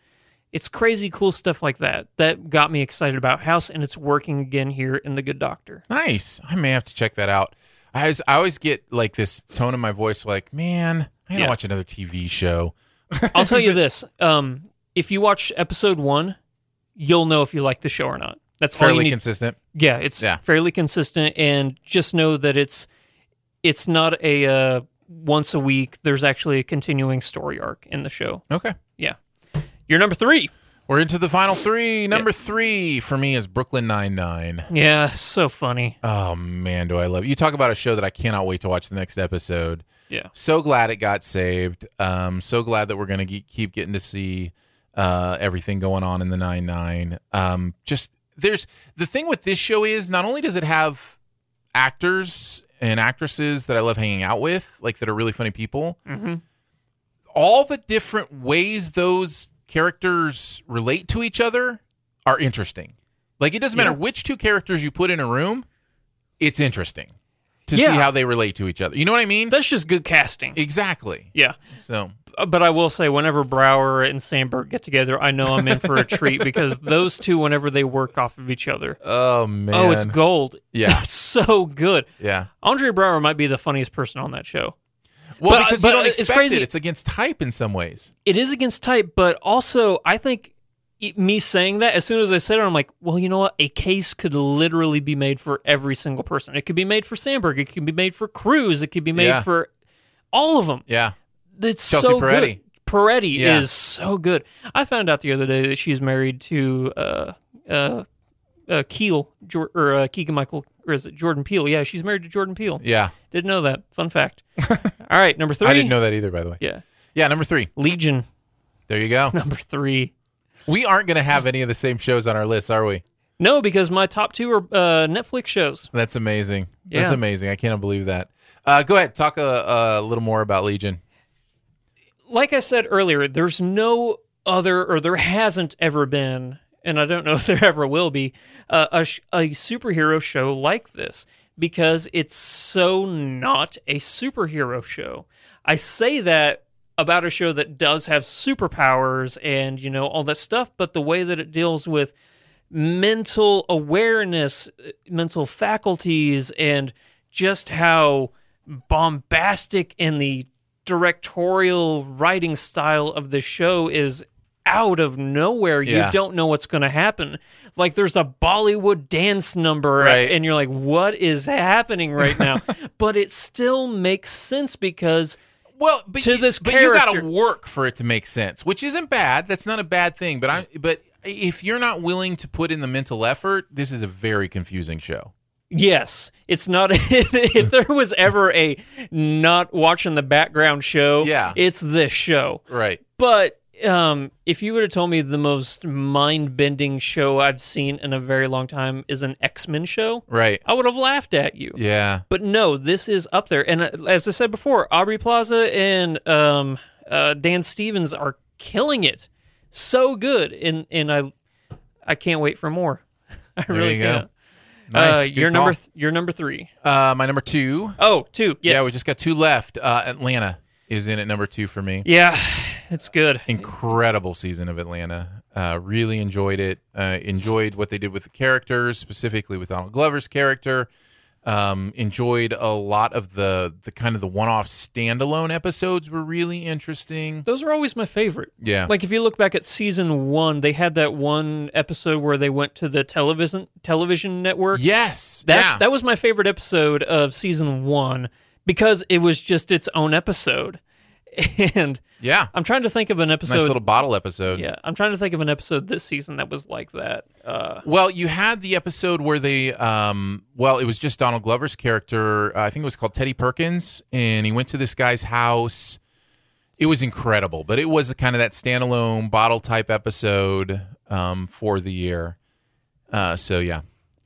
S3: it's crazy cool stuff like that that got me excited about house and it's working again here in the good doctor
S4: Nice. I may have to check that out. I always, I always get like this tone in my voice, like, man, I gotta
S3: Yeah.
S4: watch another TV show.
S3: i'll tell you this um, if you watch episode one you'll know if you like the show or not that's all you
S4: Fairly
S3: need
S4: consistent.
S3: Yeah, it's
S4: Yeah.
S3: fairly consistent, and just know that it's it's not a uh, once a week. There's actually a continuing story arc in the show.
S4: Okay.
S3: Yeah, you're number three.
S4: We're into the final three. Number three for me is Brooklyn Nine Nine.
S3: Yeah, so funny.
S4: Oh man, do I love it. You talk about a show that I cannot wait to watch the next episode.
S3: Yeah,
S4: So glad it got saved. Um, so glad that we're gonna ge- keep getting to see uh, everything going on in the nine nine. Um, just there's the thing with this show is not only does it have actors and actresses that I love hanging out with, like that are really funny people.
S3: Mm-hmm.
S4: All the different ways those characters relate to each other are interesting. Like it doesn't matter
S3: Yeah.
S4: which two characters you put in a room, it's interesting to see
S3: Yeah.
S4: how they relate to each other. You know what I mean?
S3: that's just good casting.
S4: exactly.
S3: Yeah,
S4: So
S3: Uh, but I will say, whenever Brower and Sandberg get together, I know I'm in for a treat
S4: <laughs>
S3: because those two, whenever they work off of each other,
S4: Oh man.
S3: oh, it's gold. <laughs>
S4: Yeah.
S3: it's so good.
S4: Yeah.
S3: Andre Brower might be the funniest person on that show.
S4: Well,
S3: But-
S4: because
S3: but
S4: you don't
S3: it's
S4: expect
S3: crazy.
S4: it. It's against type in some ways.
S3: it is against type, but also I think it, me saying that as soon as I said it, I'm like, well, you know what? A case could literally be made for every single person. It could be made for Sandberg. It could be made for Cruz. It could be made
S4: Yeah.
S3: for all of them.
S4: Yeah.
S3: It's
S4: Chelsea
S3: so
S4: Peretti.
S3: good. Peretti
S4: Yeah.
S3: is so good. I found out the other day that she's married to uh, uh, uh, Keel Jor- or uh, Keegan Michael, or is it Jordan Peele? Yeah, she's married to Jordan Peele.
S4: Yeah.
S3: Didn't know that. Fun
S4: <laughs>
S3: fact. all right, number three.
S4: I didn't know that either, by the way. Yeah,
S3: Yeah,
S4: number three.
S3: Legion <laughs>
S4: There you go.
S3: number three.
S4: we aren't gonna have any of the same shows on our list, are we?
S3: No, because my top two are uh, Netflix shows.
S4: That's amazing. That's
S3: Yeah.
S4: amazing. I cannot believe that. Uh, go ahead, talk a, a little more about Legion.
S3: Like I said earlier, there's no other, or there hasn't ever been, and I don't know <laughs> if there ever will be, uh, a, sh- a superhero show like this because it's so not a superhero show. I say that about a show that does have superpowers and, you know, all that stuff, but the way that it deals with mental awareness, uh, mental faculties, and just how bombastic and the directorial writing style of the show is out of nowhere.
S4: Yeah.
S3: You don't know what's going to happen. Like there's a Bollywood dance number,
S4: Right.
S3: and you're like, what is happening right
S4: <laughs>
S3: now? but it still makes sense because
S4: Well, but
S3: to
S4: you,
S3: this
S4: but you got to
S3: character.
S4: work for it to make sense, which isn't bad. That's not a bad thing. But I, but if you're not willing to put in the mental effort, this is a very confusing show.
S3: Yes, it's not. <laughs> if there was ever a not watching the background show,
S4: Yeah.
S3: it's this show.
S4: Right.
S3: But um, if you would have told me the most mind bending show I've seen in a very long time is an X Men show,
S4: Right.
S3: I would have laughed at you.
S4: Yeah.
S3: But no, this is up there. And uh, as I said before, Aubrey Plaza and um, uh, Dan Stevens are killing it. So good, and and I, I can't wait for more. <laughs> I
S4: There
S3: really
S4: you go.
S3: can't.
S4: Nice.
S3: Uh,
S4: Good
S3: you're number
S4: call.
S3: th- you're number three.
S4: Uh, my number two.
S3: Oh, two. Yes.
S4: Yeah, we just got two left. Uh, Atlanta is in at number two for me.
S3: yeah, <sighs> it's good.
S4: Incredible season of Atlanta. Uh, really enjoyed it. Uh, enjoyed what they did with the characters, specifically with Donald Glover's character. Um, enjoyed a lot of the the kind of the one off standalone episodes were really interesting.
S3: Those are always my favorite.
S4: Yeah.
S3: Like if you look back at season one, they had that one episode where they went to the television television network.
S4: yes,
S3: That's
S4: yeah.
S3: that was my favorite episode of season one because it was just its own episode. <laughs> And
S4: yeah.
S3: I'm trying to think of an episode.
S4: Nice little bottle episode.
S3: yeah, I'm trying to think of an episode this season that was like that. Uh,
S4: Well, you had the episode where they, um, well, it was just Donald Glover's character. Uh, I think it was called Teddy Perkins, and he went to this guy's house. It was incredible, but it was kind of that standalone bottle type episode um, for the year. Uh, so yeah,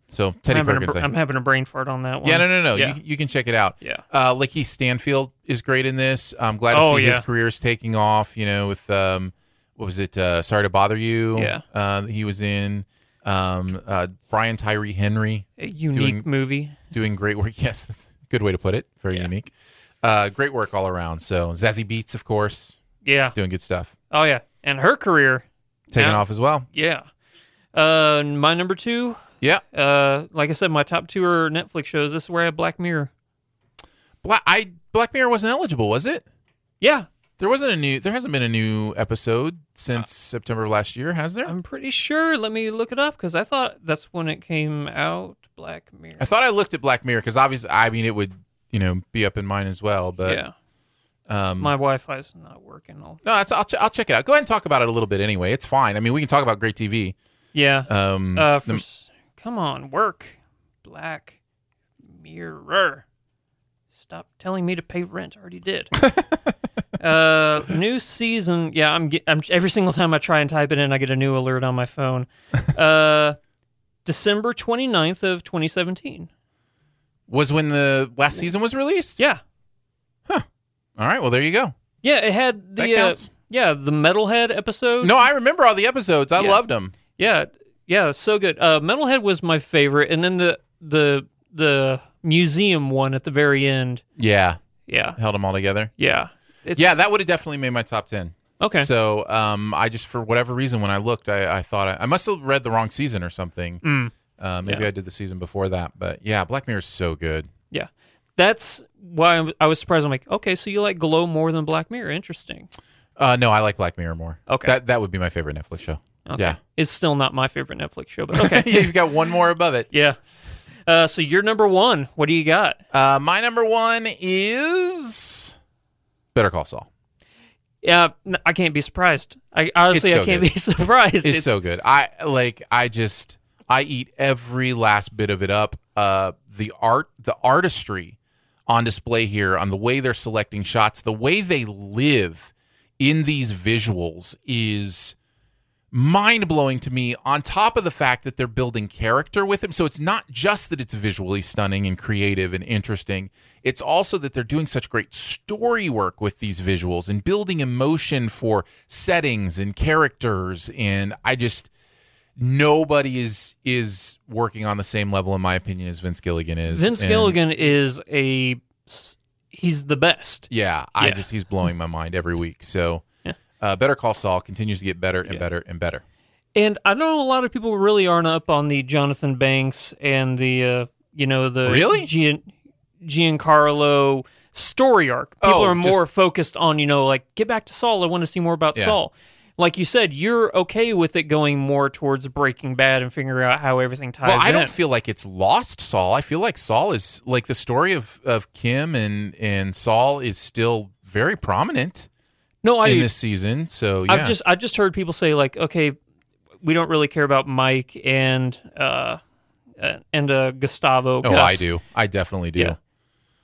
S4: so Teddy
S3: I'm, having a,
S4: Perkins.
S3: br-
S4: I-
S3: I'm having a brain fart on that one.
S4: yeah, no, no, no.
S3: Yeah.
S4: You, you can check it out.
S3: Yeah.
S4: Uh, Lakeith Stanfield is great in this. I'm glad to
S3: Oh,
S4: see his
S3: yeah.
S4: career is taking off, you know, with, um, what was it? Uh, Sorry to Bother You.
S3: Yeah.
S4: Uh, that he was in. Um, uh, Brian Tyree Henry
S3: A unique
S4: doing-
S3: movie.
S4: doing great work. <laughs> Yes, that's a good way to put it. Very unique. Uh, great work all around. So Zazie Beats, of course,
S3: Yeah.
S4: doing good stuff.
S3: Oh yeah. And her career.
S4: Taking
S3: Yeah.
S4: off as well.
S3: Yeah. Uh, my number two.
S4: Yeah.
S3: Uh, like I said, my top two are Netflix shows. This is where I have Black Mirror.
S4: Black, I, Black Mirror wasn't eligible, was it?
S3: Yeah,
S4: There wasn't a new. There hasn't been a new episode
S3: Uh,
S4: since September of last year, has there?
S3: I'm pretty sure. Let me look it up because I thought that's when it came out. Black Mirror.
S4: I thought I looked at Black Mirror because obviously, I mean, it would you know be up in mine as well. But
S3: yeah,
S4: um,
S3: my Wi-Fi's not working. All.
S4: no, it's, I'll ch- I'll check it out. Go ahead and talk about it a little bit anyway. It's fine. I mean, we can talk about great TV.
S3: Yeah.
S4: Um,
S3: Uh, for,
S4: the-
S3: s- come on, work. Black Mirror. Stop telling me to pay rent. I already
S4: <laughs>
S3: did. uh, new season. Yeah, I'm, ge- I'm. Every single time I try and type it in, I get a new alert on my
S4: <laughs>
S3: phone. Uh, December 29th of 2017.
S4: was when the last season was released.
S3: Yeah,
S4: All right. Well, there you go.
S3: yeah. It had the.
S4: That
S3: uh,
S4: counts.
S3: yeah, the metalhead episode.
S4: No, I remember all the episodes. I
S3: Yeah.
S4: loved them.
S3: Yeah, yeah, so good. Uh, metalhead was my favorite, and then the the the museum one at the very end.
S4: Yeah,
S3: Yeah.
S4: held them all together.
S3: Yeah. It's,
S4: yeah, that would have definitely made my top ten.
S3: okay.
S4: So, um, I just for whatever reason when I looked, I, I thought I, I must have read the wrong season or something. Uh, maybe
S3: Mm. Yeah.
S4: I did the season before that, but yeah, Black Mirror is so good.
S3: yeah. That's why I'm- I was surprised. I'm like, okay, so you like Glow more than Black Mirror? Interesting.
S4: Uh, no, I like Black Mirror more.
S3: Okay.
S4: that that would be my favorite Netflix show.
S3: Okay.
S4: Yeah,
S3: It's still not my favorite Netflix show, but okay.
S4: <laughs> yeah, you've got one more above it.
S3: yeah. Uh, so you're number one. What do you got?
S4: Uh, my number one is Better Call Saul.
S3: Yeah, n- I can't be surprised. I honestly,
S4: It's so
S3: I can't
S4: good.
S3: be <laughs> surprised.
S4: It's, so good. I like. I just. I eat every last bit of it up. Uh, the art, the artistry on display here, on the way they're selecting shots, the way they live in these visuals is mind blowing to me. On top of the fact that they're building character with him, so it's not just that it's visually stunning and creative and interesting. It's also that they're doing such great story work with these visuals and building emotion for settings and characters. And I just nobody is is working on the same level, in my opinion, as Vince Gilligan is.
S3: Vince
S4: And-
S3: Gilligan is a s- he's the best.
S4: yeah, I
S3: Yeah.
S4: just he's blowing my mind every week. So,
S3: Yeah.
S4: uh, Better Call Saul continues to get better and better and better.
S3: And I know a lot of people really aren't up on the Jonathan Banks and the uh, you know the
S4: Really?
S3: Gian, Giancarlo story arc. People
S4: Oh,
S3: are more
S4: just-
S3: focused on you know like get back to Saul. I want to see more about
S4: Yeah.
S3: Saul. like you said, you're okay with it going more towards Breaking Bad and figuring out how everything ties
S4: Well, I
S3: in.
S4: don't feel like it's lost Saul. I feel like Saul is like the story of, of Kim and, and Saul is still very prominent
S3: no, I
S4: in this season. So yeah.
S3: I've just I just heard people say like, okay, we don't really care about Mike and uh, uh, and uh, Gustavo.
S4: oh,
S3: Gus.
S4: I do. I definitely do.
S3: Yeah.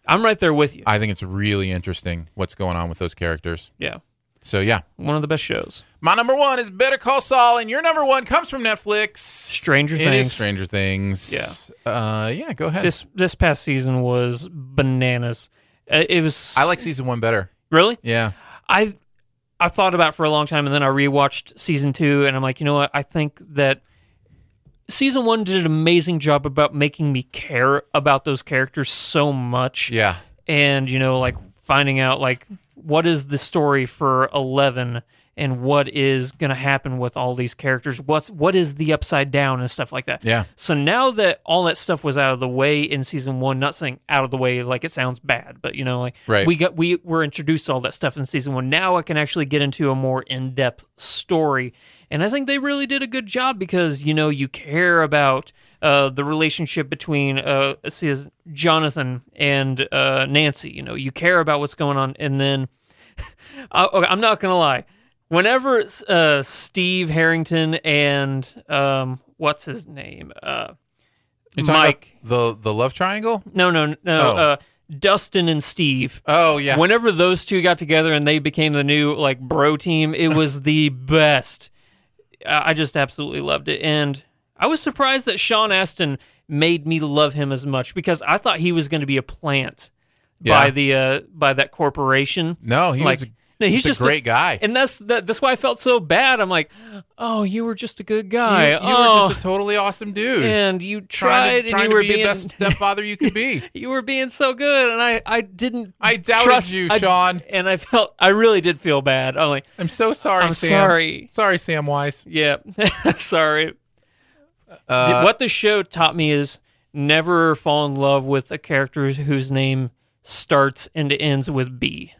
S3: I'm right there with you.
S4: I think it's really interesting what's going on with those characters.
S3: yeah,
S4: So yeah.
S3: one of the best shows.
S4: My number one is Better Call Saul, and your number one comes from Netflix.
S3: Stranger
S4: It is
S3: Things.
S4: Stranger Things. Yeah. Uh, yeah. Go ahead.
S3: This this past season was bananas. Uh, It was
S4: I like season one better.
S3: really.
S4: Yeah.
S3: I I thought about it for a long time, and then I rewatched season two, and I'm like, you know what? I think that season one did an amazing job about making me care about those characters so much.
S4: Yeah.
S3: and you know like finding out like what is the story for 11 and what is going to happen with all these characters what's what is the upside down and stuff like that
S4: Yeah.
S3: so now that all that stuff was out of the way in season one not saying out of the way like it sounds bad but you know like
S4: Right.
S3: we got we were introduced to all that stuff in season one now i can actually get into a more in-depth story and i think they really did a good job because you know you care about uh, the relationship between uh, says jonathan and uh, nancy you know you care about what's going on and then <laughs> I, okay, i'm not gonna lie whenever uh, steve harrington and um, what's his name uh,
S4: You talking
S3: mike
S4: about the the love triangle?
S3: no no no
S4: Oh.
S3: uh, dustin and steve
S4: Oh yeah.
S3: Whenever those two got together and they became the new like bro team,
S4: <laughs>
S3: it was the best. I I just absolutely loved it, and I was surprised that Sean Astin made me love him as much because I thought he was going to be a plant
S4: Yeah.
S3: by the uh, by that corporation.
S4: no, he
S3: like,
S4: was a,
S3: no,
S4: he's a great guy.
S3: and that's that, that's why I felt so bad. I'm like, oh, you were just a good
S4: you,
S3: guy.
S4: you
S3: oh,
S4: were just a totally awesome dude.
S3: and you tried,
S4: trying to, trying
S3: and you were
S4: to be
S3: being
S4: the best stepfather you could be.
S3: you were being so good, and I I didn't.
S4: I doubted
S3: trust,
S4: you,
S3: I-
S4: Sean.
S3: and I felt I really did feel bad. I'm like,
S4: <laughs> I'm so sorry,
S3: I'm
S4: Sam.
S3: sorry.
S4: Sorry, Sam Wise. <laughs>
S3: yeah, <laughs> sorry.
S4: Uh,
S3: what the show taught me is never fall in love with a character whose name starts and ends with B.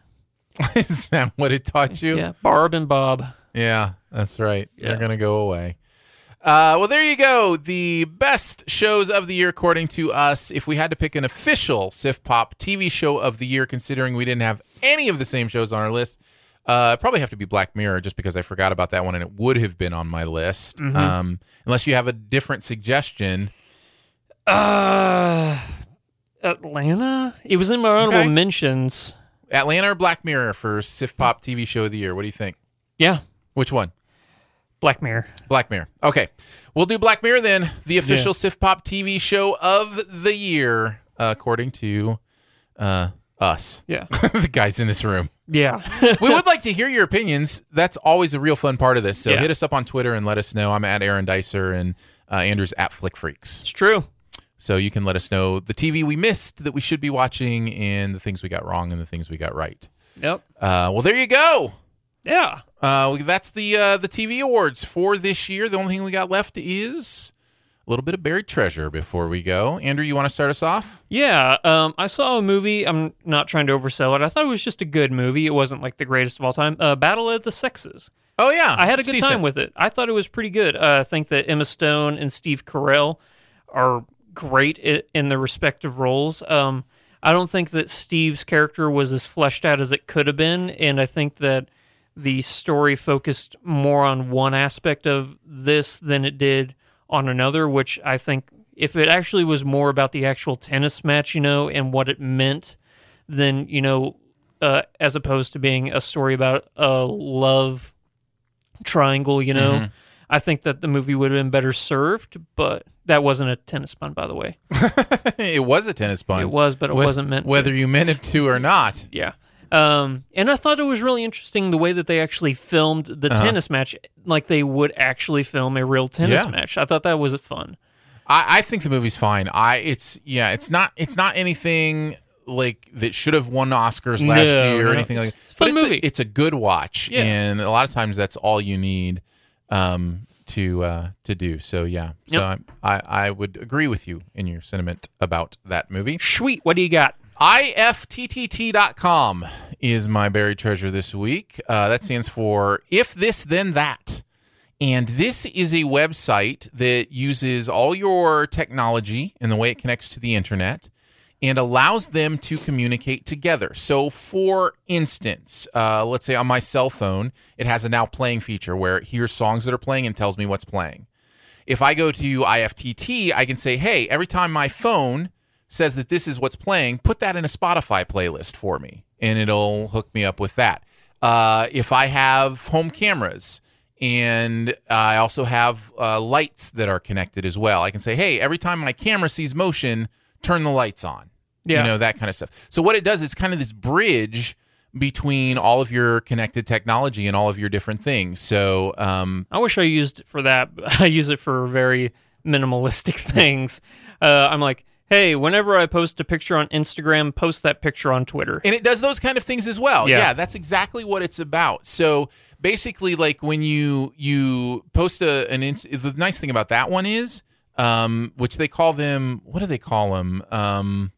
S4: Is that what it taught you?
S3: Yeah, Barb and Bob.
S4: Yeah, that's right. They're
S3: Yeah.
S4: going to go away. Uh, well, there you go. The best shows of the year, according to us. If we had to pick an official Sif Pop TV show of the year, considering we didn't have any of the same shows on our list, uh, it'd probably have to be Black Mirror, just because I forgot about that one, and it would have been on my list.
S3: Mm-hmm.
S4: Um, unless you have a different suggestion.
S3: Uh, Atlanta. It was in my honorable
S4: Okay.
S3: mentions.
S4: Atlanta or Black Mirror for Sif Pop TV show of the year. What do you think?
S3: Yeah,
S4: Which one?
S3: Black Mirror.
S4: Black Mirror. Okay. We'll do Black Mirror then, the official Sif Pop TV show of the year, uh, according to uh, us, <laughs>
S3: Yeah,
S4: the guys in this room.
S3: yeah.
S4: We would like to hear your opinions. That's always a real fun part of this. So
S3: Yeah.
S4: hit us up on Twitter and let us know. I'm at Aaron Dicer and uh, Andrew's at Flick Freaks.
S3: it's true.
S4: So you can let us know the TV we missed that we should be watching and the things we got wrong and the things we got right.
S3: Yep.
S4: Uh, well, there you go.
S3: Yeah.
S4: Uh, we- that's the uh, the TV awards for this year. The only thing we got left is a little bit of buried treasure before we go. Andrew, you want to start us off?
S3: Yeah, um, I saw a movie. I'm not trying to oversell it. I thought it was just a good movie. It wasn't like the greatest of all time. Uh, Battle of the Sexes.
S4: Oh yeah,
S3: I had a
S4: it's
S3: good
S4: decent.
S3: time with it. I thought it was pretty good. Uh, I think that Emma Stone and Steve Carell are great i- in their respective roles. Um, I don't think that Steve's character was as fleshed out as it could have been, and I think that the story focused more on one aspect of this than it did on another, which I think if it actually was more about the actual tennis match, you know, and what it meant, then, you know, uh, as opposed to being a story about a love triangle, you know.
S4: Mm-hmm.
S3: I think that the movie would have been better served, but that wasn't a tennis pun, by the way.
S4: <laughs> it was a tennis bun.
S3: It was, but it
S4: Whe-
S3: wasn't meant to.
S4: Whether you meant it to or not.
S3: Yeah. Um, and I thought it was really interesting the way that they actually filmed the
S4: Uh-huh.
S3: tennis match, like they would actually film a real tennis
S4: Yeah.
S3: match. I thought that was fun.
S4: I, I think the movie's fine. I it's yeah, it's not it's not anything like that should have won Oscars last
S3: No,
S4: year or
S3: no.
S4: anything like that.
S3: It's a fun
S4: but it's
S3: movie.
S4: A, it's a good watch,
S3: Yeah.
S4: and a lot of times that's all you need um, to uh, to do. So yeah, so
S3: Yep.
S4: I, I I would agree with you in your sentiment about that movie.
S3: Sweet. What do you got?
S4: IFTTT.com is my buried treasure this week. Uh, that stands for If This Then That. And this is a website that uses all your technology and the way it connects to the internet and allows them to communicate together. So, for instance, uh, let's say on my cell phone, it has a now playing feature where it hears songs that are playing and tells me what's playing. If I go to IFTT, I can say, hey, every time my phone says that this is what's playing, put that in a Spotify playlist for me, and it'll hook me up with that. Uh, if I have home cameras, and I also have uh, lights that are connected as well. I can say, hey, every time my camera sees motion, turn the lights on.
S3: Yeah.
S4: You know, that kind of stuff. So, what it does is kind of this bridge between all of your connected technology and all of your different things. So, um,
S3: I wish I used it for that. <laughs> but I use it for very minimalistic <laughs> things. Uh, I'm like, hey, whenever I post a picture on Instagram, post that picture on Twitter.
S4: And it does those kind of things as well.
S3: Yeah.
S4: Yeah. that's exactly what it's about. So basically, like when you you post a an ins- the nice thing about that one is, um, which they call them. What do they call them? Um,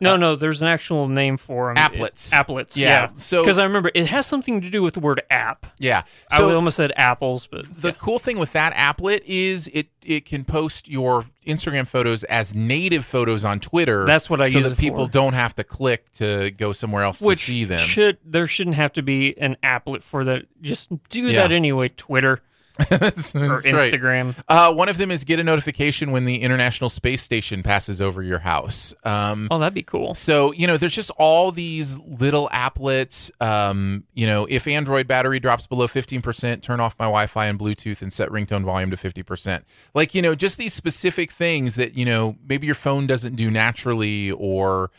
S3: No, no, there's an actual name for them.
S4: Applets.
S3: applets.
S4: Yeah,
S3: Yeah.
S4: so-
S3: because I remember it has something to do with the word app.
S4: yeah.
S3: I
S4: So
S3: almost said apples, but
S4: the cool thing with that applet is it it can post your Instagram photos as native photos on Twitter.
S3: That's what I
S4: so
S3: use
S4: that
S3: it
S4: people
S3: for.
S4: don't have to click to go somewhere else
S3: which
S4: to see them.
S3: should there shouldn't have to be an applet for that. Just do
S4: Yeah.
S3: that anyway. Twitter
S4: <laughs> That's-
S3: or
S4: that's right.
S3: Instagram.
S4: Uh, one of them is get a notification when the International Space Station passes over your house. Um,
S3: Oh, that'd be cool.
S4: so you know, there's just all these little applets. Um, you know, if Android battery drops below 15%, turn off my Wi-Fi and Bluetooth and set ringtone volume to 50%. Like you know, just these specific things that you know maybe your phone doesn't do naturally or.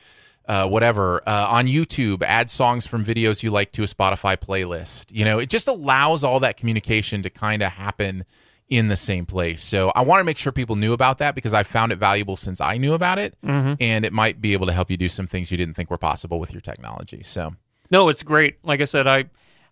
S4: Uh, whatever uh, on YouTube, add songs from videos you like to a Spotify playlist. You know, it just allows all that communication to kind of happen in the same place. So I want to make sure people knew about that because I found it valuable since I knew about it,
S3: Mm-hmm.
S4: and it might be able to help you do some things you didn't think were possible with your technology. So
S3: No, it's great. Like I said, I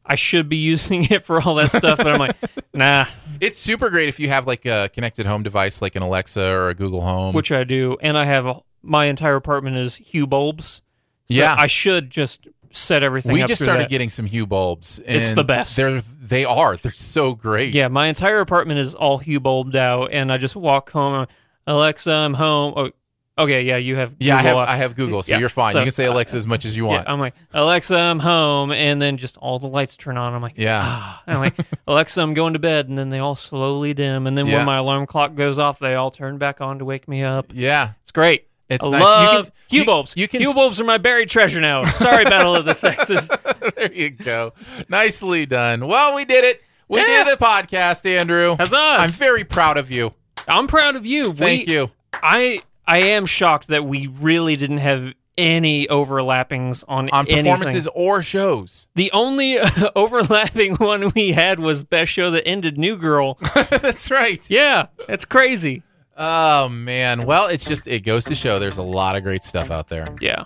S3: I should be <laughs> using it for all that
S4: <laughs>
S3: stuff, but I'm like, nah,
S4: it's super great if you have like a connected home device like an Alexa or a Google Home.
S3: which I do, and I have a, my entire apartment is Hue bulbs. So
S4: Yeah.
S3: I should just set everything.
S4: we
S3: up
S4: just
S3: through
S4: started
S3: that.
S4: getting some Hue bulbs. And
S3: It's the best.
S4: They're they are. They're so great.
S3: Yeah, my entire apartment is all Hue bulbed out, and I just walk home. I'm, Alexa, I'm home. Oh, okay, yeah, you have.
S4: Yeah, I have
S3: Google up.
S4: I have Google, so
S3: Yeah.
S4: you're fine.
S3: So,
S4: you can say
S3: uh,
S4: Alexa as much as you
S3: Yeah,
S4: want.
S3: I'm like Alexa, I'm home, and then just all the lights turn on. I'm like,
S4: yeah.
S3: And
S4: <laughs>
S3: I'm like, Alexa, I'm going to bed. And then they all slowly dim. And then
S4: Yeah.
S3: when my alarm clock goes off, they all turn back on to wake me up. <laughs>
S4: yeah.
S3: It's great.
S4: It's
S3: I
S4: nice. You can-
S3: love Hue
S4: you-
S3: bulbs.
S4: you can
S3: Hue
S4: s-
S3: bulbs are my buried treasure now. Sorry, Battle of the Sexes.
S4: <laughs> there you go. <laughs> Nicely done. Well, we did it. We
S3: Yeah.
S4: did a podcast, Andrew.
S3: Huzzah.
S4: I'm very proud of you.
S3: I'm proud of you.
S4: Thank
S3: We-
S4: you.
S3: I I am shocked that we really didn't have any overlappings on,
S4: on
S3: anything.
S4: performances or shows. <laughs>
S3: The only <laughs> overlapping one we had was best show that ended New
S4: <laughs>
S3: Girl.
S4: That's right.
S3: yeah, that's crazy.
S4: Oh man. Well, it's just it goes to show there's a lot of great stuff out there.
S3: Yeah.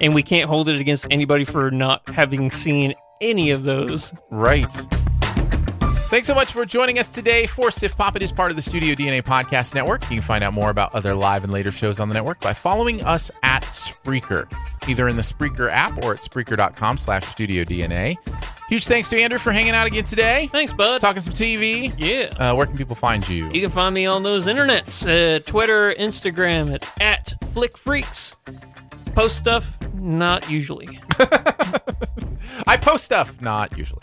S3: And we can't hold it against anybody for not having seen any of those.
S4: Right. Thanks so much for joining us today for Sif Poppet is part of the Studio DNA Podcast Network. You can find out more about other live and later shows on the network by following us at Spreaker, either in the Spreaker app or at Spreaker.com slash Studio DNA. Huge thanks to Andrew for hanging out again today.
S3: Thanks, bud.
S4: Talking some TV.
S3: yeah.
S4: Uh, where can people find you?
S3: You can find me on those internets uh, Twitter, Instagram, at, at FlickFreaks. Post stuff, not usually.
S4: I post stuff, not usually.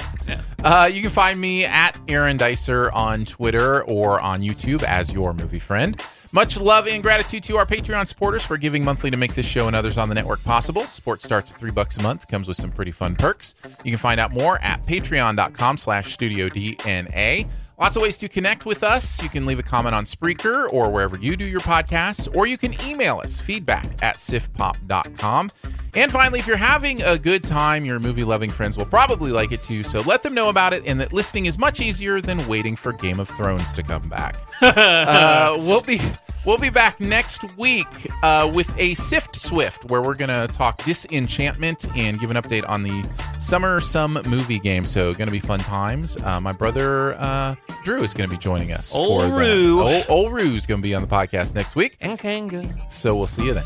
S4: Uh, you can find me at Aaron Dicer on Twitter or on YouTube as your movie friend. Much love and gratitude to our Patreon supporters for giving monthly to make this show and others on the network possible. Support starts at three bucks a month, comes with some pretty fun perks. You can find out more at patreon.com slash studio DNA. Lots of ways to connect with us. You can leave a comment on Spreaker or wherever you do your podcasts, or you can email us feedback at sifpop.com. And finally, if you're having a good time, your movie loving friends will probably like it too. So let them know about it and that listening is much easier than waiting for Game of Thrones to come back. uh, we'll be. We'll be back next week uh, with a Sift Swift, where we're going to talk disenchantment and give an update on the Summer Sum movie game. So, going to be fun times. Uh, my brother uh, Drew is going to be joining us.
S3: Ol'
S4: for that.
S3: Roo.
S4: Ol- Ol' Roo's going to be on the podcast next week.
S3: And Kanga.
S4: So, we'll see you then.